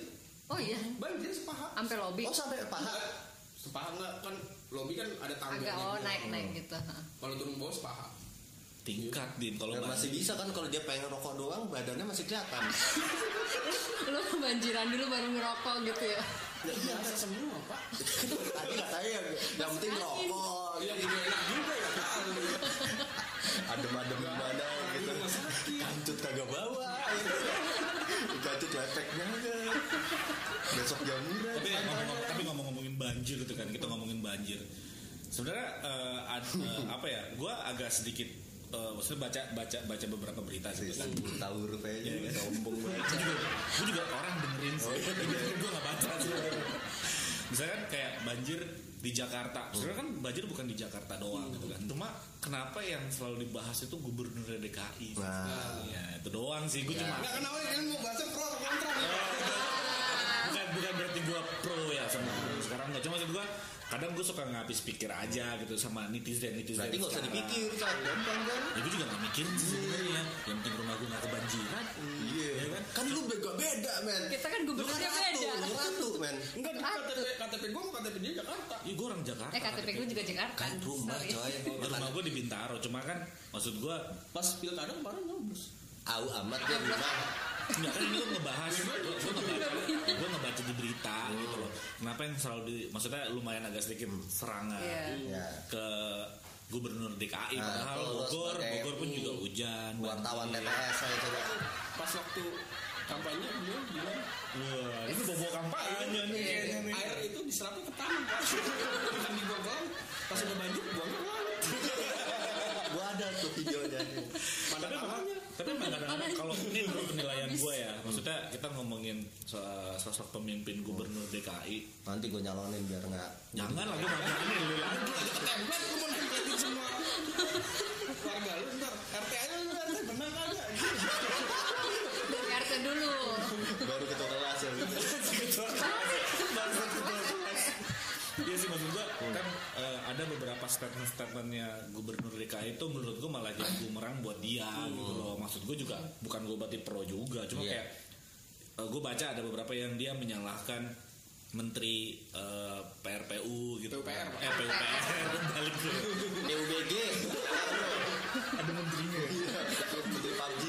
Speaker 1: oh iya
Speaker 2: Banjir sepaha.
Speaker 1: sampai lobby
Speaker 4: oh sampai paha
Speaker 2: Enggak, Sepaha enggak kan lobby kan ada
Speaker 1: agak
Speaker 2: tangganya.
Speaker 1: oh
Speaker 2: gitu.
Speaker 1: naik naik gitu ha.
Speaker 2: Kalau turun bawah sepaha.
Speaker 3: Tingkat din kalau
Speaker 4: Ya,
Speaker 3: banjir.
Speaker 4: masih bisa kan kalau dia pengen rokok doang badannya masih kelihatan
Speaker 1: lu banjiran dulu baru ngerokok gitu ya
Speaker 4: ya, iya
Speaker 2: Biasa semua, Pak.
Speaker 4: tadi katanya yang, yang penting rokok
Speaker 2: Iya, juga enak juga ya, Pak.
Speaker 4: adem-adem gimana gitu
Speaker 2: rumah sakit.
Speaker 4: kancut kagak bawa gitu. kancut lepeknya besok jamuran
Speaker 3: tapi ngomong, tapi ngomong-ngomongin banjir gitu kan kita ngomongin banjir sebenarnya eh, ad- eh, apa ya gue agak sedikit eh, maksudnya baca baca baca beberapa berita sih
Speaker 4: Sisa tahu
Speaker 2: Iya,
Speaker 4: rupanya sombong banget
Speaker 3: gue juga orang dengerin sih
Speaker 4: Oh, iya.
Speaker 3: gue nggak baca sih misalkan kayak banjir di
Speaker 4: Hmm.
Speaker 3: Jakarta sebenarnya kan banjir bukan di Jakarta doang gitu kan cuma kenapa yang selalu dibahas itu gubernur DKI
Speaker 4: Nah. Ya.
Speaker 3: ya itu doang sih gue cuma
Speaker 2: Enggak kan awalnya kan mau bahas pro kontra.
Speaker 3: bukan bukan berarti berarti gue pro ya sama sekarang nggak cuma maksud gue kadang gue suka ngabis pikir aja gitu sama netizen netizen
Speaker 4: Berarti nggak usah
Speaker 3: sekarang.
Speaker 4: dipikir, kan? Gampang kan?
Speaker 3: ya gue juga nggak mikirin sih sebenarnya yang penting rumah gue nggak kebanjiran
Speaker 4: Iya.
Speaker 3: kan?
Speaker 4: Kan lu beda beda men.
Speaker 1: Kita kan gubernurnya beda.
Speaker 4: Lu ratu men.
Speaker 2: Enggak, di KTP, KTP gue sama KTP dia Jakarta.
Speaker 3: Iya gue orang Jakarta
Speaker 1: Eh KTP gue juga Jakarta.
Speaker 4: Kan rumah
Speaker 1: Sorry.
Speaker 4: coy.
Speaker 3: Ya, rumah gue di Bintaro cuma kan maksud gue
Speaker 2: Pas pilkada kemarin nyoblos.
Speaker 4: Au amat ya rumah.
Speaker 3: Enggak kan ini gue ngebahas Gue ngebaca Gue ngebaca di berita gitu loh Kenapa yang selalu di Maksudnya lumayan agak sedikit serangan
Speaker 1: Iya.
Speaker 4: Ya.
Speaker 3: Ke gubernur DKI
Speaker 4: Nah,
Speaker 3: Padahal
Speaker 4: kalau lu
Speaker 3: Bogor
Speaker 4: sebagai-
Speaker 3: Bogor pun juga hujan Iya.
Speaker 4: Wartawan TPS saya coba.
Speaker 2: Pas waktu kampanye dia bilang "Eh,
Speaker 3: Wah ini Iya, bobo kampanye nih
Speaker 2: Iya,
Speaker 3: kayaknya nih
Speaker 2: air itu diserapnya ke tanah kan. Bukan dibuang ke laut. Pas udah banjir buang ke laut.
Speaker 4: Gua ada tuh videonya.
Speaker 3: Tapi memang Tapi memang kadang-kadang Kalau ini menurut penilaian gue ya Maksudnya kita ngomongin so- Sosok pemimpin gubernur DKI
Speaker 4: Nanti gua nyalonin biar nggak.
Speaker 3: Jangan lah gue ini lu lagi
Speaker 2: Template lu mau nemplatin semua warga lu ntar RT aja lu ntar benar kagak.
Speaker 1: Dari RT dulu.
Speaker 4: Baru ketua kelas ya. men.
Speaker 3: Iya sih maksud gua kan eh, ada beberapa statement-statementnya gubernur DKI itu menurut gua malah jadi bumerang buat dia gitu loh. Maksud gua juga bukan gua berarti pro juga, cuma
Speaker 4: Iya.
Speaker 3: kayak eh, gua baca ada beberapa yang dia menyalahkan menteri eh, PRPU gitu.
Speaker 2: PUPR, Pak.
Speaker 3: Eh PUPR balik tuh.
Speaker 4: DUBG.
Speaker 3: Ada menterinya.
Speaker 4: Iya. Menteri PUBG.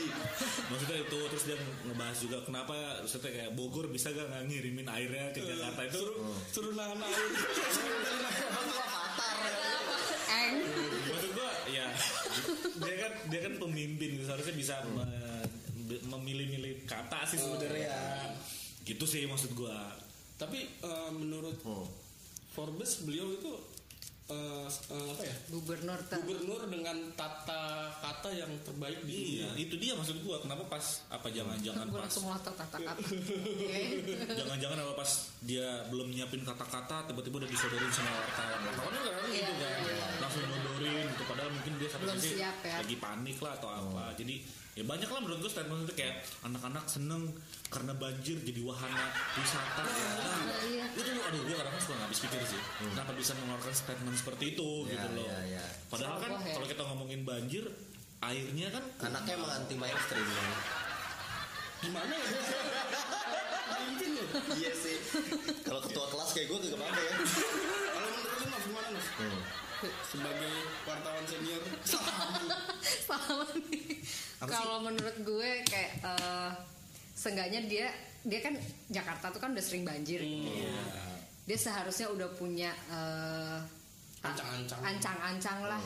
Speaker 3: Maksudnya itu terus dia ngebahas juga kenapa maksudnya kayak Bogor bisa gak nggak ngirimin airnya ke Jakarta itu
Speaker 2: Suruh nahan air.
Speaker 4: Emang Kan gua avatar ya.
Speaker 1: Eng.
Speaker 3: maksud gua ya dia kan dia kan pemimpin seharusnya bisa me- be- memilih-milih kata sih sebenarnya gitu sih maksud gua
Speaker 2: Tapi eh, menurut
Speaker 4: Hmm.
Speaker 2: Forbes beliau itu eh, eh, apa ya?
Speaker 1: Gubernur ter.
Speaker 2: Gubernur dengan tata kata yang terbaik di dunia.
Speaker 3: iya itu dia maksud gua kenapa pas apa jangan-jangan
Speaker 1: Gue
Speaker 3: pas
Speaker 1: langsung ngotot Iya. tata kata. Oke.
Speaker 3: jangan-jangan apa pas dia belum nyiapin kata-kata tiba-tiba udah disodorin sama wartawan wartawan kan kadang gitu
Speaker 1: Iya,
Speaker 3: kan
Speaker 1: iya, iya.
Speaker 3: langsung nyodorin gitu padahal mungkin dia satu
Speaker 1: Belum
Speaker 3: sisi
Speaker 1: siap ya.
Speaker 3: lagi panik lah atau apa jadi ya banyak lah menurut gue statement itu kayak anak-anak seneng karena banjir jadi wahana wisata Nah,
Speaker 1: iya.
Speaker 3: itu loh, aduh gue kadang suka nggak habis pikir sih kenapa bisa mengeluarkan statement seperti itu
Speaker 4: Hmm. Iya,
Speaker 3: gitu loh
Speaker 4: iya, iya.
Speaker 3: padahal kan
Speaker 1: Ceroboh ya.
Speaker 3: kalau kita ngomongin banjir airnya kan
Speaker 4: Anaknya emang anti mainstream. ya. men.
Speaker 2: Gimana ya? Mungkin ya.
Speaker 4: Iya sih. Kalau ketua kelas kayak gua kagak apa-apa ya.
Speaker 2: Kalau menurut lu Nov, gimana Nov?
Speaker 4: Hmm.
Speaker 2: Sebagai wartawan senior.
Speaker 1: Sama nih. Kalau menurut gue kayak eh, seenggaknya dia dia kan Jakarta tuh kan udah sering banjir. gitu ya. Dia seharusnya udah punya eh, ta-
Speaker 2: Ancang-ancang.
Speaker 1: ancang-ancang lah.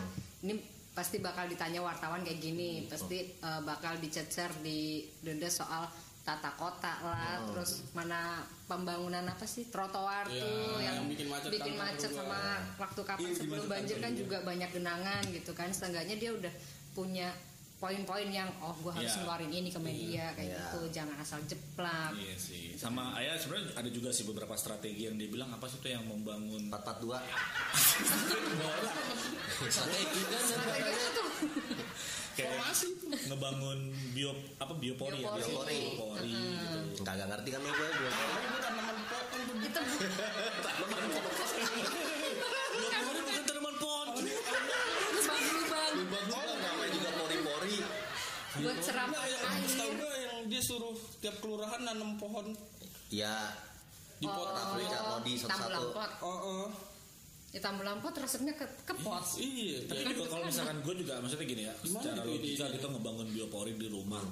Speaker 1: Ini pasti bakal ditanya wartawan kayak gini, pasti eh, bakal dicecer di denda soal tata kota lah, terus mana pembangunan apa sih trotoar
Speaker 2: Iya,
Speaker 1: tuh yang,
Speaker 2: yang bikin macet
Speaker 1: bikin
Speaker 2: tanpa
Speaker 1: macet
Speaker 2: keluar.
Speaker 1: sama waktu kapan
Speaker 2: Iya,
Speaker 1: sebelum
Speaker 2: gimana
Speaker 1: banjir
Speaker 2: tanpa
Speaker 1: kan
Speaker 2: keluar.
Speaker 1: juga banyak genangan gitu kan setengahnya dia udah punya poin-poin yang oh gue harus
Speaker 3: Iya.
Speaker 1: ngeluarin ini ke media kayak
Speaker 4: Iya.
Speaker 1: gitu jangan asal jeplak
Speaker 3: Iya sih. Sama ayah sebenarnya ada juga sih beberapa strategi yang dia bilang apa sih tuh yang membangun
Speaker 4: 442.
Speaker 3: bola
Speaker 4: Strategi kan
Speaker 1: Kayak
Speaker 4: sebenarnya.
Speaker 1: gitu tuh.
Speaker 3: kayak ngebangun bio apa biopori ya
Speaker 1: Biopori.
Speaker 3: biopori, biopori gitu.
Speaker 4: Kagak ngerti kan lu gue dua kali.
Speaker 2: Kalau gue tanaman potong tuh
Speaker 1: itu
Speaker 3: Biopori bukan tanaman pohon.
Speaker 1: lubang lubang
Speaker 4: Lubang lubang namanya juga pori-pori.
Speaker 1: buat serapan
Speaker 2: Enggak, yang Iya, setahu
Speaker 1: air
Speaker 2: gue yang dia suruh tiap kelurahan nanam pohon
Speaker 4: Ya,
Speaker 2: di
Speaker 1: Oh.
Speaker 2: pot.
Speaker 4: Tak boleh jatuh di satu-satu.
Speaker 1: tambulampot
Speaker 2: Oh, oh.
Speaker 1: ya tambulampot resepnya ke, ke pot
Speaker 2: Iya,
Speaker 3: Tapi juga kalau misalkan gue juga maksudnya gini ya,
Speaker 2: Gimana
Speaker 3: secara
Speaker 2: gitu
Speaker 3: logika
Speaker 2: idenya?
Speaker 3: kita ngebangun biopori di rumah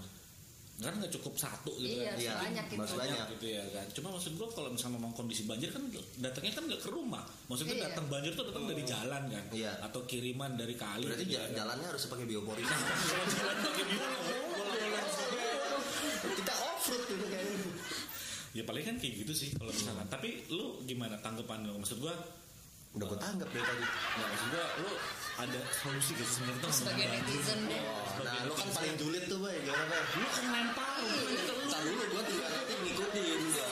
Speaker 3: kan nggak cukup satu gitu
Speaker 1: iya
Speaker 3: kan.
Speaker 4: Iya,
Speaker 1: banyak itu
Speaker 4: maksud banyak.
Speaker 3: gitu ya kan. Cuma maksud gue kalau misalnya memang kondisi banjir kan datangnya kan nggak ke rumah. Maksudnya
Speaker 1: Iya.
Speaker 3: datang banjir tuh datang dari jalan kan,
Speaker 4: Iya.
Speaker 3: atau kiriman dari kali.
Speaker 4: Berarti
Speaker 3: gitu
Speaker 4: ja-
Speaker 3: ya kan.
Speaker 4: jalannya harus pakai biopori.
Speaker 3: Kalau jalan pakai biopori.
Speaker 4: Kita off road gitu kayaknya.
Speaker 3: Ya paling kan kayak gitu sih kalau misalkan. Tapi lu gimana tanggapan lu? Maksud gua
Speaker 4: Udah gue tanggap dari tadi.
Speaker 3: nggak maksud gua lu ada solusi gitu sebenarnya tuh
Speaker 1: sebagai
Speaker 3: ngomongin banjir.
Speaker 1: netizen deh
Speaker 4: Oh, nah lu kan paling julid tuh, Bay. Gimana, Bay?
Speaker 3: Lu kan lempar lu kan
Speaker 4: Iya,
Speaker 3: itu lu.
Speaker 4: Entar dulu gue juga nanti ngikutin. ya.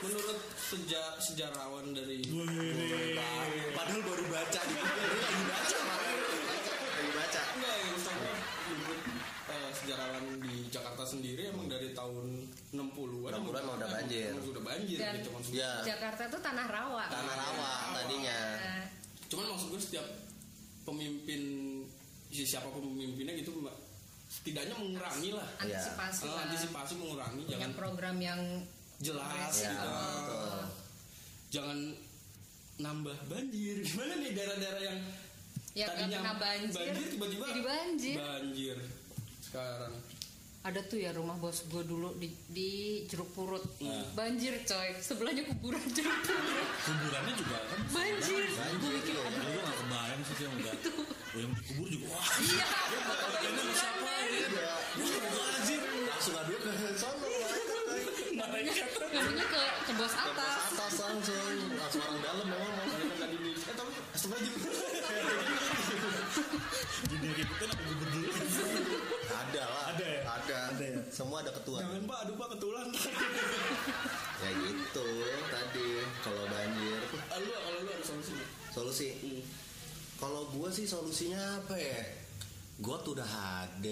Speaker 2: Menurut seja- sejarawan dari
Speaker 4: Padahal baru baca di Google. Lagi baca, Pak. Lagi baca.
Speaker 2: Enggak, yang setahu gue menurut eh, sejarawan di Jakarta sendiri emang dari tahun 60-an
Speaker 4: 60-an mah udah banjir.
Speaker 2: emang sudah banjir
Speaker 1: Dan-
Speaker 2: gitu maksud
Speaker 4: ya
Speaker 1: Jakarta tuh tanah rawa.
Speaker 4: tanah rawa tadinya
Speaker 1: Nah,
Speaker 2: cuman maksud gue setiap pemimpin si- siapa pemimpinnya gitu mbak, setidaknya mengurangi lah
Speaker 4: Iya.
Speaker 1: antisipasi
Speaker 2: Eh,
Speaker 1: lah.
Speaker 2: antisipasi mengurangi
Speaker 1: Punya
Speaker 2: jangan
Speaker 1: program yang
Speaker 2: jelas
Speaker 4: ya
Speaker 1: ah,
Speaker 2: gitu
Speaker 4: betul
Speaker 2: jangan nambah banjir gimana nih daerah-daerah yang
Speaker 1: yang Ya, nggak
Speaker 2: tadinya
Speaker 1: pernah banjir,
Speaker 2: tiba-tiba
Speaker 1: jadi banjir.
Speaker 2: banjir sekarang
Speaker 1: ada tuh ya rumah bos gue dulu di, di jeruk purut banjir coy sebelahnya kuburan jeruk purut
Speaker 3: kuburannya juga kan
Speaker 1: banjir gue mikir
Speaker 3: Nah,
Speaker 1: aduh
Speaker 3: gue gak kebayang sih yang udah Oh, yang dikubur juga wah
Speaker 1: iya kebanjiran banget
Speaker 4: ya
Speaker 3: anjir
Speaker 4: langsung adu ke sono
Speaker 3: malaikat
Speaker 1: ngadunya ke ke bos atas
Speaker 4: atas langsung langsung orang dalam mau mau
Speaker 2: tadi di eh tapi
Speaker 3: dunia kayak gitu aku kubur dulu
Speaker 4: ada lah
Speaker 3: Ada ya?
Speaker 4: ada
Speaker 3: Ada ya?
Speaker 4: semua ada ketua
Speaker 2: jangan pak aduh pak ketulan
Speaker 4: ya gitu tadi kalau banjir
Speaker 2: Ah, lu kalau lu ada solusi nggak?
Speaker 4: solusi
Speaker 2: Hmm.
Speaker 4: kalau gua sih solusinya apa ya got udah HD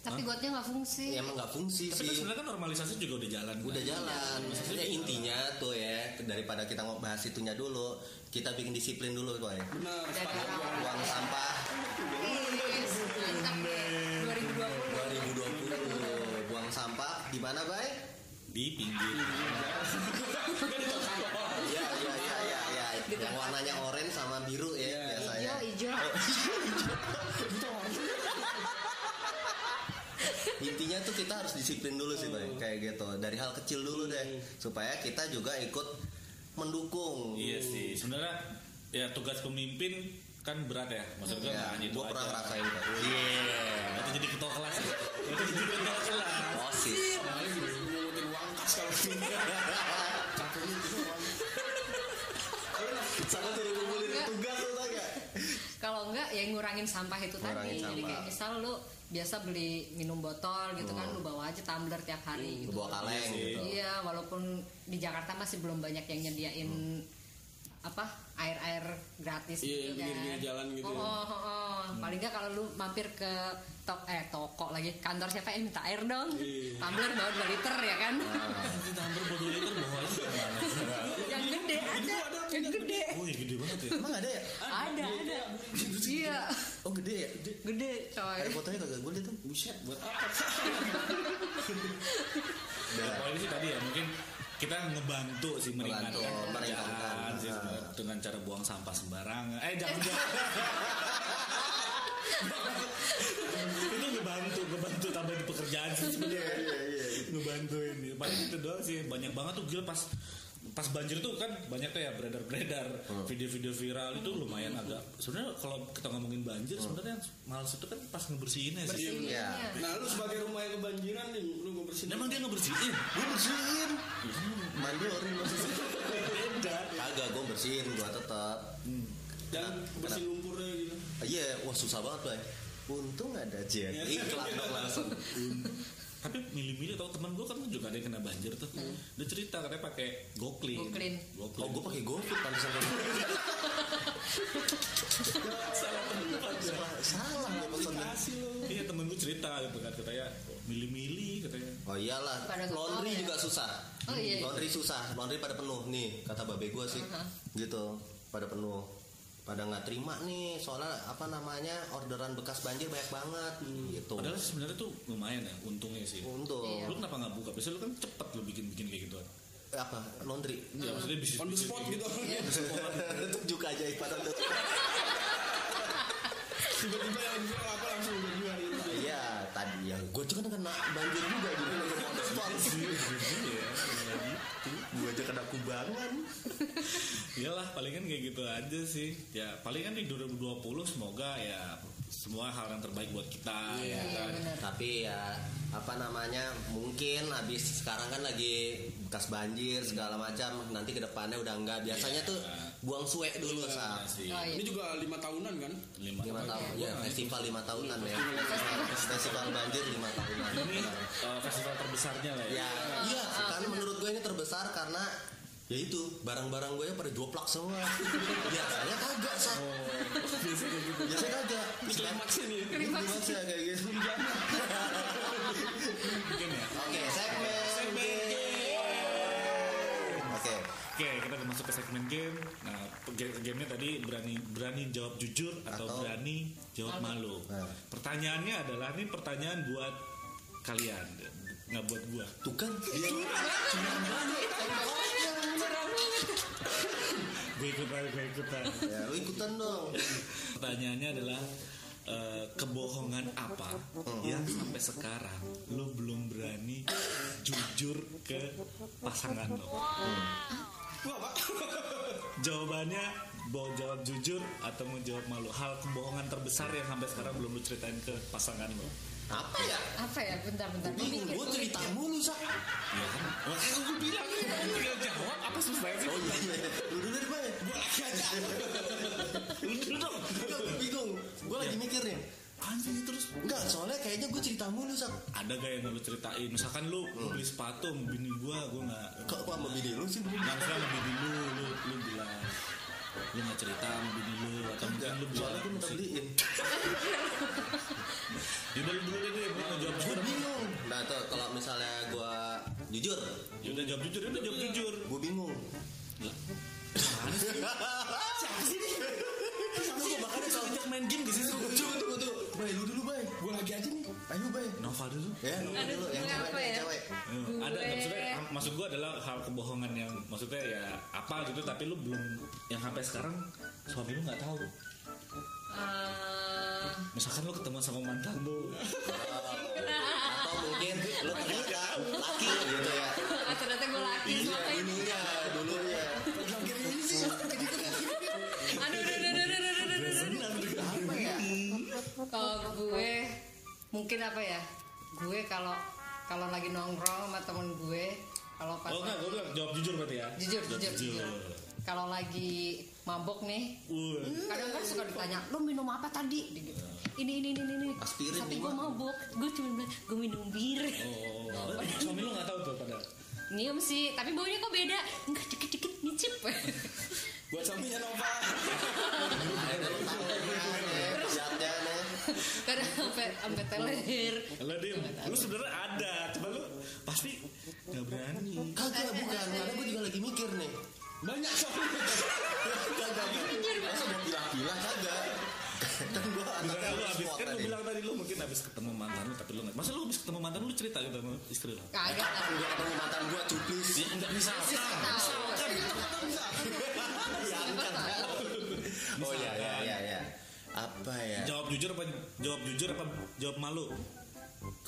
Speaker 4: Ya,
Speaker 1: tapi gotnya nggak fungsi
Speaker 4: emang nggak fungsi
Speaker 3: tapi kan
Speaker 4: sih
Speaker 3: sebenarnya kan normalisasi juga udah jalan kan?
Speaker 4: udah jalan maksudnya intinya tuh ya daripada kita ngebahas itunya dulu kita bikin disiplin dulu Koy.
Speaker 2: benar
Speaker 1: Ada
Speaker 2: sepakat
Speaker 1: daerah
Speaker 2: gua.
Speaker 4: buang sampah
Speaker 1: Iya, Yes, mantap. 2020
Speaker 4: 2020 buang sampah di mana bay
Speaker 3: di pinggir
Speaker 4: Ya, ya, ya, ya, ya. Yang warnanya orange sama biru ya biasanya.
Speaker 1: hijau Iya, hijau
Speaker 4: Intinya tuh kita harus disiplin dulu sih, Bang. Kayak gitu. Dari hal kecil dulu deh supaya kita juga ikut mendukung.
Speaker 3: iya sih sebenarnya ya tugas pemimpin kan berat ya maksudnya
Speaker 4: Ya,
Speaker 3: nggak hanya itu
Speaker 4: gua pernah
Speaker 3: aja.
Speaker 4: ngerasain Pak.
Speaker 3: Nah, itu jadi ketua kelas ya. itu jadi ketua kelas
Speaker 4: Osis.
Speaker 2: Paling mengutin uang kas kalau enggak. Cakepnya itu uang.
Speaker 4: Sama suruh ngumpulin
Speaker 1: Enggak.
Speaker 4: tugas lu tau gak?
Speaker 1: kalau enggak ya ngurangin sampah itu
Speaker 4: Ngurangin
Speaker 1: tadi jadi
Speaker 4: sampah.
Speaker 1: kayak misal lu biasa beli minum botol gitu kan lu bawa aja tumbler tiap hari gitu
Speaker 4: Bawa kaleng gitu.
Speaker 1: Iya, walaupun di Jakarta masih belum banyak yang nyediain apa air-air gratis
Speaker 2: Iya,
Speaker 1: gitu
Speaker 2: yang pinggir-pinggir jalan gitu
Speaker 1: Oh,
Speaker 2: ya.
Speaker 1: oh, oh, oh. Paling nggak kalau lu mampir ke tok eh toko lagi, kantor siapa eh minta air dong.
Speaker 2: Iya.
Speaker 1: Tumbler bawa 2 liter ya kan.
Speaker 3: itu hampir bodoh itu bawa aja kemana.
Speaker 1: yang gede ada, yang gede.
Speaker 3: oh ya gede banget ya
Speaker 4: Emang ada ya?
Speaker 1: Ada, ada. Iya,
Speaker 4: Oh gede ya?
Speaker 1: gede coy.
Speaker 4: Ada fotonya kagak gue liat tuh.
Speaker 2: Buset, buat apa?
Speaker 3: Ya, poinnya sih tadi ya mungkin kita ngebantu sih meringankan
Speaker 4: Ngebantu,
Speaker 3: pekerjaan
Speaker 4: meringankan.
Speaker 3: sih sebenarnya. dengan cara buang sampah sembarangan. Eh jangan jangan. itu ngebantu, ngebantu tambahin pekerjaan sih
Speaker 4: Iya,
Speaker 3: sebenarnya. Ngebantuin. ya. Paling itu doang sih banyak banget tuh gila pas pas banjir tuh kan banyak tuh ya beredar-beredar video-video viral itu lumayan agak sebenarnya kalau kita ngomongin banjir sebenarnya males itu kan pas ngebersihinnya sih.
Speaker 1: Bersihin,
Speaker 4: Iya.
Speaker 1: iya.
Speaker 2: Nah, lu sebagai rumah yang kebanjiran nih, lu ngebersihin.
Speaker 3: Emang dia ngebersihin?
Speaker 4: Gue bersihin. Mandi orin maksudnya. Kagak gue bersihin gue tetap.
Speaker 2: jangan bersihin lumpurnya gitu.
Speaker 4: Iya, wah susah banget Bay. Untung ada jet iklan dong langsung.
Speaker 3: tapi milih-milih tau teman gue kan juga ada yang kena banjir tuh dia cerita katanya pakai goklin
Speaker 1: Hmm. Goklin.
Speaker 4: Oh, gue pakai GoFood pantesan gua-
Speaker 3: salah tempat
Speaker 4: Salah, salah gue pesen.
Speaker 2: Kasih lu.
Speaker 3: iya temen gue cerita gitu kan katanya milih-milih katanya
Speaker 4: Oh iyalah,
Speaker 1: Pada nggak
Speaker 4: laundry
Speaker 1: tahu ya.
Speaker 4: juga susah.
Speaker 1: Oh, iya, Uh-huh. iya.
Speaker 4: Laundry susah, laundry pada penuh nih kata babe gue sih, gitu, pada penuh, pada nggak terima nih soalnya apa namanya orderan bekas banjir banyak banget, gitu.
Speaker 3: padahal sebenarnya tuh lumayan ya untungnya sih
Speaker 4: Untuk
Speaker 1: Iya.
Speaker 3: lu kenapa nggak buka biasanya lu kan cepet lu bikin-bikin kayak gitu
Speaker 4: Eh, apa laundry?
Speaker 1: Hmm.
Speaker 3: ya maksudnya bisnis
Speaker 2: On the spot gitu.
Speaker 4: Tunjuk aja pada
Speaker 2: Tiba-tiba yang jual apa langsung udah jual gitu.
Speaker 4: Iya tadi ya, gue juga kena banjir juga gitu. On the spot. iya. Gue gitu. aja kena kubangan.
Speaker 3: Iyalah palingan kayak gitu aja sih. Ya palingan di 2020 semoga ya semua hal yang terbaik buat kita
Speaker 1: Iya,
Speaker 3: ya kan.
Speaker 4: tapi ya apa namanya mungkin habis sekarang kan lagi bekas banjir segala macam nanti kedepannya udah enggak biasanya tuh buang sue dulu sa
Speaker 3: Pasti.
Speaker 1: Oh, iya.
Speaker 2: Ini juga lima tahunan kan?
Speaker 3: Lima
Speaker 4: lima tahun ya festival lima tahunan ya festival banjir lima tahunan
Speaker 3: ini eh, festival terbesarnya lah ya.
Speaker 4: ya iya karena menurut gue ini terbesar karena ya itu barang-barang gue pada joplak semua biasanya kagak sa
Speaker 3: Oh, gitu.
Speaker 4: biasanya kagak
Speaker 2: Klimaks ini.
Speaker 4: Klimaks ya kayak gitu
Speaker 3: Mungkin ya.
Speaker 4: Oke, saya
Speaker 3: masuk ke segmen game. Nah, pe- ga- gamenya tadi berani berani jawab jujur atau,
Speaker 4: Atau-
Speaker 3: berani jawab malu.
Speaker 4: Nah.
Speaker 3: Pertanyaannya adalah ini pertanyaan buat kalian, nggak buat gua.
Speaker 4: Tuh kan dia
Speaker 3: Iya.
Speaker 4: curang banget. Tembaknya.
Speaker 3: Gue ikutan, gue ikutan.
Speaker 4: Ya lu ikutan dong.
Speaker 3: Pertanyaannya adalah eh, kebohongan apa yang sampai sekarang lu belum berani jujur ke pasangan lo? Jawabannya mau jawab jujur atau mau jawab malu? Hal kebohongan terbesar yang sampai sekarang belum lu ceritain ke pasangan lo?
Speaker 4: Apa ya?
Speaker 1: Apa ya? Bentar-bentar.
Speaker 4: Bingung gue cerita mulu sak.
Speaker 3: Ya kan? Wah, kan gue bilang tinggal jawab apa susahnya sih?
Speaker 4: Oh iya iya. Lu dulu deh Bay. Gua lagi aja.
Speaker 3: Lu dulu dong.
Speaker 4: Enggak, gua bingung. Gue lagi mikir nih.
Speaker 3: Anjing terus
Speaker 4: Enggak, soalnya kayaknya gue cerita mulu sak.
Speaker 3: ada gak yang lu ceritain? Misalkan lu beli sepatu, sama bini gua, gua nggak
Speaker 4: Kok kok sama bini lu sih? Enggak.
Speaker 3: Langsung sama bini lu, lu, lu bilang lu nggak cerita sama bini lu atau mungkin lu bilang
Speaker 4: Soalnya gue minta beliin.
Speaker 3: Yaudah lu dulu deh, gue mau jawab
Speaker 4: Gue
Speaker 3: jujur.
Speaker 4: bingung. Nah tuh kalau misalnya gue jujur,
Speaker 3: Yaudah jawab jujur, yaudah jawab jujur.
Speaker 4: gue bingung.
Speaker 3: Lah,
Speaker 4: Siapa sih ini? Sama gue makanya
Speaker 3: Lu
Speaker 4: soalnya
Speaker 3: ajak main game di situ.
Speaker 4: Tunggu, tunggu, tunggu, tunggu. Bay, lu dulu, Bay. Gue lagi aja nih. Ayo, Bay.
Speaker 3: Nova dulu.
Speaker 4: Ya, lu
Speaker 1: Aduh,
Speaker 4: dulu. Yang
Speaker 1: kenapa
Speaker 4: cewek, yang
Speaker 1: ya?
Speaker 4: cewek.
Speaker 3: Eh, Ada,
Speaker 1: Gue-
Speaker 3: maksudnya, ha- maksud gua adalah hal kebohongan yang maksudnya ya apa gitu, tapi lu belum yang sampai sekarang suami lu nggak tahu.
Speaker 1: Eh,
Speaker 3: Misalkan lu ketemu sama mantan lu,
Speaker 4: Atau mungkin lu ternyata laki gitu ya.
Speaker 1: ah, ternyata gue laki.
Speaker 4: Iya,
Speaker 1: ngapain?
Speaker 4: ininya dulu ya. Akhirnya ini sih. kan.
Speaker 1: Aduh, aduh, aduh, aduh, aduh, aduh, aduh, aduh.
Speaker 4: Apa ya?
Speaker 1: Kalau gue mungkin apa ya? Gue kalau kalau lagi nongkrong sama temen gue, kalau pas
Speaker 3: oh enggak, gua bilang jawab jujur berarti ya.
Speaker 1: jujur,
Speaker 3: Jawab
Speaker 1: jujur, jujur. Kalau lagi mabok nih,
Speaker 3: Wah.
Speaker 1: kadang
Speaker 3: Hmm.
Speaker 1: kan suka ditanya, lo minum apa tadi? Dia gitu. Ini ini ini ini. ini.
Speaker 4: Aspirin
Speaker 1: Tapi
Speaker 4: nih,
Speaker 1: gue
Speaker 4: Mak.
Speaker 1: mabok, gue cuma bilang gue minum bir.
Speaker 3: Oh, suami lu nggak tahu tuh padahal.
Speaker 1: Nyium sih, tapi baunya kok beda. Enggak dikit-dikit nyicip.
Speaker 2: Buat suaminya Nova.
Speaker 4: Jatnya nih.
Speaker 1: Kadang sampai sampai teler.
Speaker 3: Lo dim, lu sebenarnya ada, cuma lu pasti nggak berani.
Speaker 4: Kagak bukan, karena gue juga lagi mikir nih.
Speaker 2: Banyak suami.
Speaker 4: Kagak
Speaker 1: Mikir, Pak.
Speaker 4: Masa mau pilah-pilah kagak. Kan gue
Speaker 3: Misalnya
Speaker 4: anaknya
Speaker 3: lu
Speaker 4: lu
Speaker 3: habis
Speaker 4: SWOT
Speaker 3: kan lu
Speaker 4: tadi.
Speaker 3: bilang tadi lu mungkin habis ketemu mantan lu tapi lu nggak. Masa lu habis ketemu mantan lu cerita gitu sama istri lu?
Speaker 4: Kapan
Speaker 1: Kagak lah.
Speaker 4: gue kan ketemu mantan gue cuplis?
Speaker 3: Ya enggak bisa.
Speaker 1: Tahu.
Speaker 4: Ya, bukan. Oh iya, iya, iya, iya. Apa ya?
Speaker 3: Jawab jujur apa jawab jujur apa jawab malu?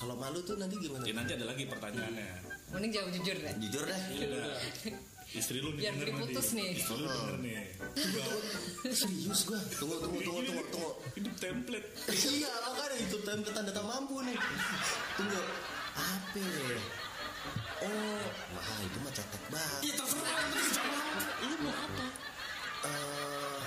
Speaker 4: Kalau malu tuh nanti gimana?
Speaker 3: Ya nanti ada lagi pertanyaannya.
Speaker 1: Mending jawab jujur deh.
Speaker 4: Jujur deh.
Speaker 3: Yaudah. Istri lu
Speaker 1: Biar
Speaker 3: denger nanti.
Speaker 1: diputus nih. Oh.
Speaker 3: Istri lu denger nih.
Speaker 4: Serius gue. Tunggu, tunggu, tunggu, tunggu, tunggu.
Speaker 3: Ini template.
Speaker 4: Iya, makanya itu time kita tanda tak mampu nih. Tunggu. Apa? ya? Oh, wah itu mah cetek banget.
Speaker 2: Kita serang terus jawab.
Speaker 1: Lu mau apa?
Speaker 4: Eh,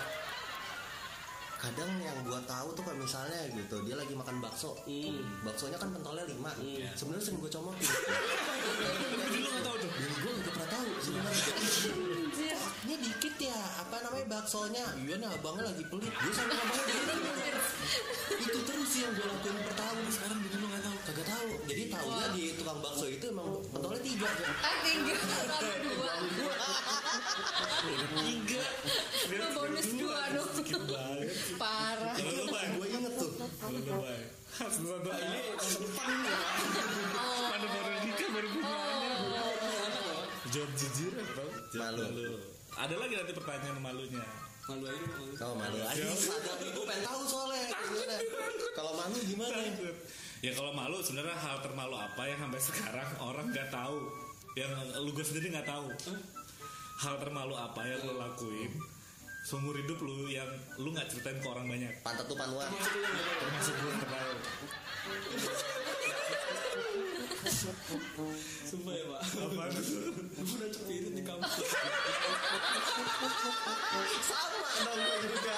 Speaker 4: kadang yang gua tahu tuh kalau misalnya gitu dia lagi makan bakso
Speaker 3: Iya.
Speaker 4: baksonya kan pentolnya lima sebenarnya sering gua comokin
Speaker 3: Jadi lu nggak tahu tuh. Iya.
Speaker 4: dan gua nggak pernah tahu sebenarnya ini dikit ya apa namanya baksonya iya nah abangnya lagi pelit gua sama abangnya gitu itu terus sih yang gua lakuin per tahun sekarang
Speaker 3: gitu
Speaker 4: jadi lu nggak tahu kagak tahu jadi tahunya di tukang bakso itu emang pentolnya tiga
Speaker 1: Ah, tiga. Apa dua?
Speaker 3: Tiga.
Speaker 1: Lu bonus dua dong.
Speaker 3: Sedikit banget.
Speaker 1: Parah.
Speaker 3: Kalau lu Bang.
Speaker 4: gue inget tuh
Speaker 3: Kalau lu Bang. Satu-satu aja.
Speaker 1: Oh.
Speaker 3: Mana ya. baru nikah baru punya anak. Jawab jujur ya, atau jawab
Speaker 4: Malu.
Speaker 3: Ada lagi nanti pertanyaan malunya.
Speaker 2: Malu aja lu, malu.
Speaker 4: kalau malu aja gue pengen tahu soalnya gimana. kalau malu gimana
Speaker 3: Ya kalau malu sebenarnya hal termalu apa yang sampai sekarang orang nggak tahu, yang lu gue sendiri nggak tahu. Hal termalu apa yang lu lakuin seumur hidup lu yang lu nggak ceritain ke orang banyak.
Speaker 4: pantat tuh panuan
Speaker 3: Termasuk gue termalu.
Speaker 2: Sumpah ya pak.
Speaker 3: Apa?
Speaker 2: Gue udah cepirit di kampus.
Speaker 4: sama dong gue juga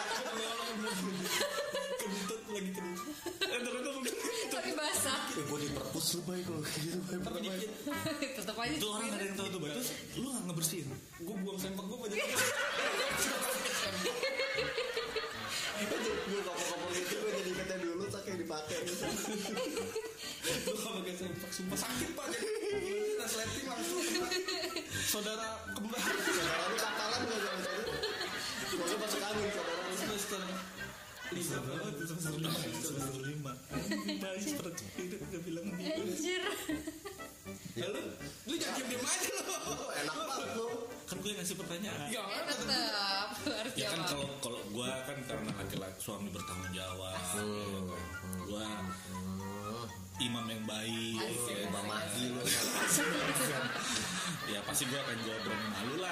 Speaker 2: Kentut lagi kentut.
Speaker 3: Eh ternyata bukan.
Speaker 1: Tapi basah.
Speaker 4: eh, gue di perpus lu baik kalau kayak gitu baik
Speaker 2: Tapi dikit.
Speaker 1: Tetap aja.
Speaker 3: Itu orang nggak ada yang tahu tuh, Bang. terus lu nggak ngebersihin.
Speaker 2: Gue buang sempak gue banyak.
Speaker 4: Eh, kan gue ngomong-ngomong itu gue jadi ingetnya dulu tak kayak dipakai
Speaker 2: luka bagian sempak sumpah sakit pak jadi ambulansnya resleting langsung Pak. saudara kembar
Speaker 4: Saudara lu kapalan gak sama saya? Masuk masuk angin saudara lu.
Speaker 2: semester lima banget semester lima
Speaker 3: Semester lima. Bayi seperti itu gak bilang dia.
Speaker 1: Anjir.
Speaker 2: Ya, lu lu jangan diem diem aja lo
Speaker 4: Oh, enak banget lu.
Speaker 3: Kan gue yang ngasih pertanyaan.
Speaker 1: Eh,
Speaker 2: ya orang
Speaker 1: tetap harus
Speaker 3: Ya kan
Speaker 1: jawab.
Speaker 3: kalau kalau gue kan karena laki-laki suami bertanggung jawab, ya kan. gue imam yang baik, ya,
Speaker 4: Bang Mahdi lu.
Speaker 3: ya pasti gue akan jawab dengan malu lah.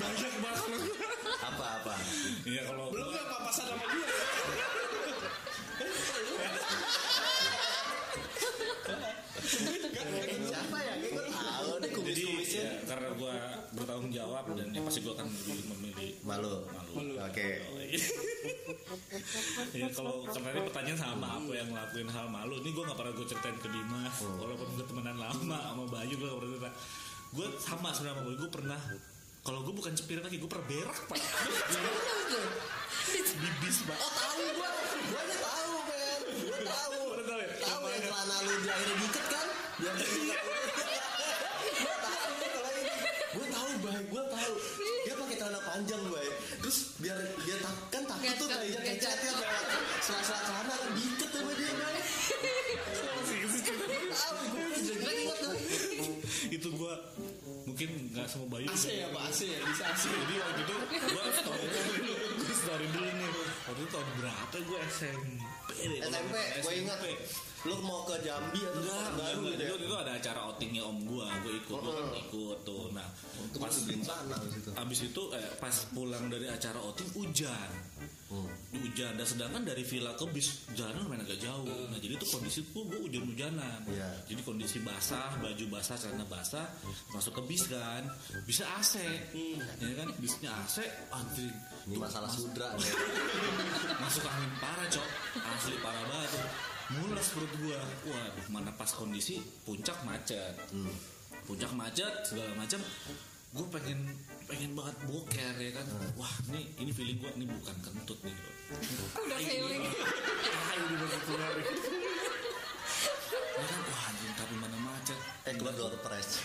Speaker 2: banyak banget
Speaker 4: Apa apa?
Speaker 3: Iya kalau
Speaker 2: belum nggak papasan sama dia
Speaker 4: Eh, Siapa ya? Kayak gue tahu deh
Speaker 3: jadi
Speaker 4: kumis-kumisnya.
Speaker 3: ya, karena gue bertanggung jawab dan ya pasti gue akan memilih, memilih
Speaker 4: Malu.
Speaker 3: malu.
Speaker 4: Oke.
Speaker 3: ya kalau kemarin pertanyaan sama apa yang ngelakuin hal malu ini gue nggak pernah gue ceritain ke Dimas
Speaker 4: Oh.
Speaker 3: walaupun gue temenan lama sama Bayu gue nggak pernah cerita gue sama sebenarnya sama Bayu gue pernah kalau gue bukan cepir lagi gue pernah berak pak bibis pak
Speaker 4: Oh tahu gue, gue aja tahu men, gue tahu,
Speaker 3: Lu tahu ya?
Speaker 4: tahu yang celana lu di akhirnya diikat kan? Yang gue tahu tuh kalau ini, gue tahu bay, gue tahu. Dia pakai celana panjang bay, terus biar dia tak kan takut
Speaker 1: Nggak
Speaker 4: tuh
Speaker 1: jatuh,
Speaker 4: kayaknya
Speaker 1: nggak
Speaker 4: kecetnya
Speaker 1: jatuh.
Speaker 4: lewat sela-sela ya, celana kan diikat sama dia bay. Gua gitu. Tahu gue jadi ingat tuh.
Speaker 3: itu gue mungkin nggak semua Bayu
Speaker 2: AC ya pak AC ya bisa AC
Speaker 3: jadi waktu itu gue story dulu gue story dulu nih waktu itu tahun berapa gue SMP deh, kalau
Speaker 4: SMP,
Speaker 3: nggak
Speaker 4: gue ingat.
Speaker 3: SMP.
Speaker 4: Lu mau ke Jambi atau ke
Speaker 3: Enggak, enggak,
Speaker 4: Pekanbaru
Speaker 3: enggak.
Speaker 4: gitu
Speaker 3: Jadi
Speaker 4: ya?
Speaker 3: waktu itu ada acara outingnya om gua, gua ikut, gua kan ikut tuh. Nah,
Speaker 4: Itu
Speaker 3: pas
Speaker 4: masih beli celana di situ.
Speaker 3: abis itu eh, pas pulang dari acara outing hujan.
Speaker 4: Hmm.
Speaker 3: Hujan dan sedangkan dari villa ke bis jalanan lumayan agak jauh. Nah, jadi itu kondisi gua, gua hujan-hujanan.
Speaker 4: Iya.
Speaker 3: Jadi kondisi basah, baju basah, celana basah, masuk ke bis kan. Bisa AC. Ya kan, bisnya AC, anjing.
Speaker 4: Ini masalah sudra nih.
Speaker 3: masuk angin parah cok asli parah banget tuh. mules perut gua waduh mana pas kondisi puncak macet
Speaker 4: Hmm.
Speaker 3: puncak macet segala macam gue pengen pengen banget boker ya kan
Speaker 4: Hmm.
Speaker 3: wah ini ini feeling gua ini bukan kentut nih bro.
Speaker 1: Udah
Speaker 3: Tai
Speaker 1: feeling.
Speaker 3: ini. Tai ini baru keluar ya kan wah anjing tapi mana macet
Speaker 4: Eh keluar door press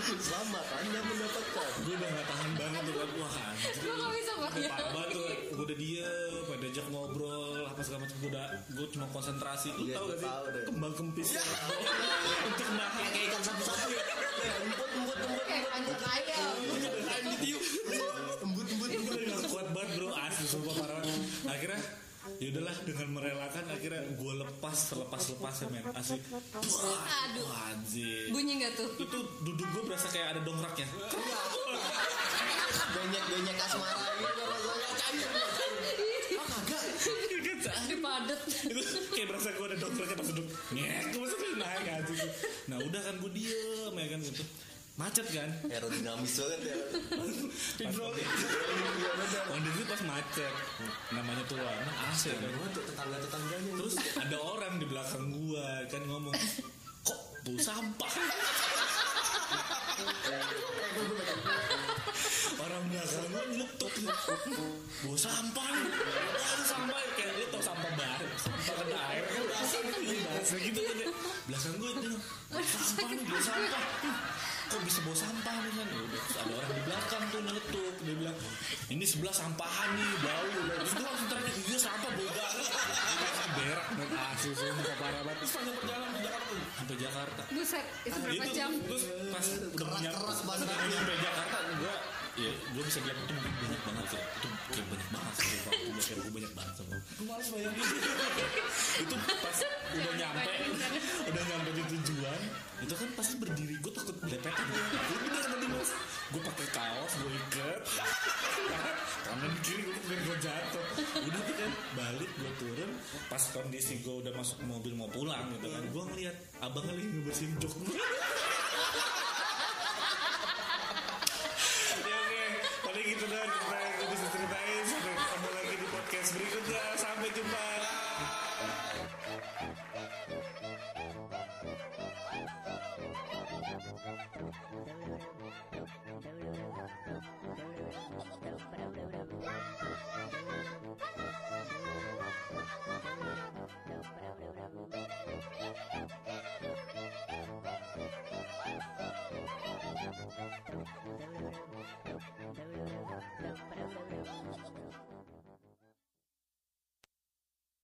Speaker 4: Selamat Anda mendapatkan
Speaker 3: gue udah gak tahan banget tuh kan wah anjing
Speaker 1: Gua nggak bisa
Speaker 3: Udah
Speaker 1: bayangin.
Speaker 3: parah banget tuh gue udah diem gue diajak ngobrol apa segala macam gue udah gue cuma konsentrasi lu
Speaker 4: Iya,
Speaker 3: tau
Speaker 4: gua
Speaker 3: gak sih
Speaker 4: tahu deh. Iya.
Speaker 3: kembang kempis untuk nahan
Speaker 4: Kayak ikan sapu-sapu ya Embut, embut, embut
Speaker 1: Kayak anjing ayam.
Speaker 4: Embut, embut,
Speaker 3: gue
Speaker 4: embut
Speaker 3: udah gak Iya, kuat banget bro asli sumpah parah banget. akhirnya ya udahlah dengan merelakan akhirnya gue lepas terlepas lepasnya men asli wah
Speaker 1: Aduh.
Speaker 3: wah, anjing
Speaker 1: Bunyi nggak tuh?
Speaker 3: itu duduk gue berasa kayak ada dongkraknya
Speaker 4: Banyak-banyak asmara gitu rasanya cair Oh kagak
Speaker 1: Dipadet.
Speaker 3: itu kayak berasa gue ada dokternya pas duduk nyek gue masa kayak naik aja tuh. nah udah kan gue diem ya kan gitu macet kan
Speaker 4: Aerodinamis banget ya
Speaker 3: hidrolik
Speaker 4: Iya bener
Speaker 3: kondisi pas macet namanya tua emang AC kan
Speaker 4: Gue tuh tetangga-tetangganya
Speaker 3: terus ada orang di belakang gua kan ngomong kok bau sampah orang belakang gua nyeletuk bau sampah nih. Bau sampah kayak lu tau sampah bar sampah kena air kan basah nih, ini basah gitu kan ya. belakang gua itu sampah nih bau sampah kok bisa bau sampah nih kan Ya udah, terus ada orang di belakang tuh nyeletuk dia bilang ini sebelah sampahan nih bau terus gua langsung teriak iya sampah bau banget berak Ah, dan asus sumpah parah banget terus panjang perjalanan ke Jakarta tuh. sampai Jakarta
Speaker 1: Buset, itu berapa
Speaker 3: Itu
Speaker 1: jam?
Speaker 3: terus pas udah
Speaker 4: Kerak-
Speaker 3: nyam-
Speaker 4: kerak banget.
Speaker 3: udah nyampe Jakarta gua ya gua bisa bilang itu banyak banget sih itu kayak banyak banget sih waktu gua kayak gua banyak banget sama gua males bayangin itu pas udah
Speaker 1: Jangan
Speaker 3: nyampe
Speaker 1: bayangin.
Speaker 3: udah nyampe di tujuan itu kan pasti berdiri gua takut belepetan gua bener tadi mas gua pakai kaos gua ikat kanan kiri gua biar gua jatuh udah tuh kan balik gua turun pas kondisi gua udah masuk mobil mau pulang gitu kan gua ngeliat abangnya lagi ngebersihin jok gua Ya, gitu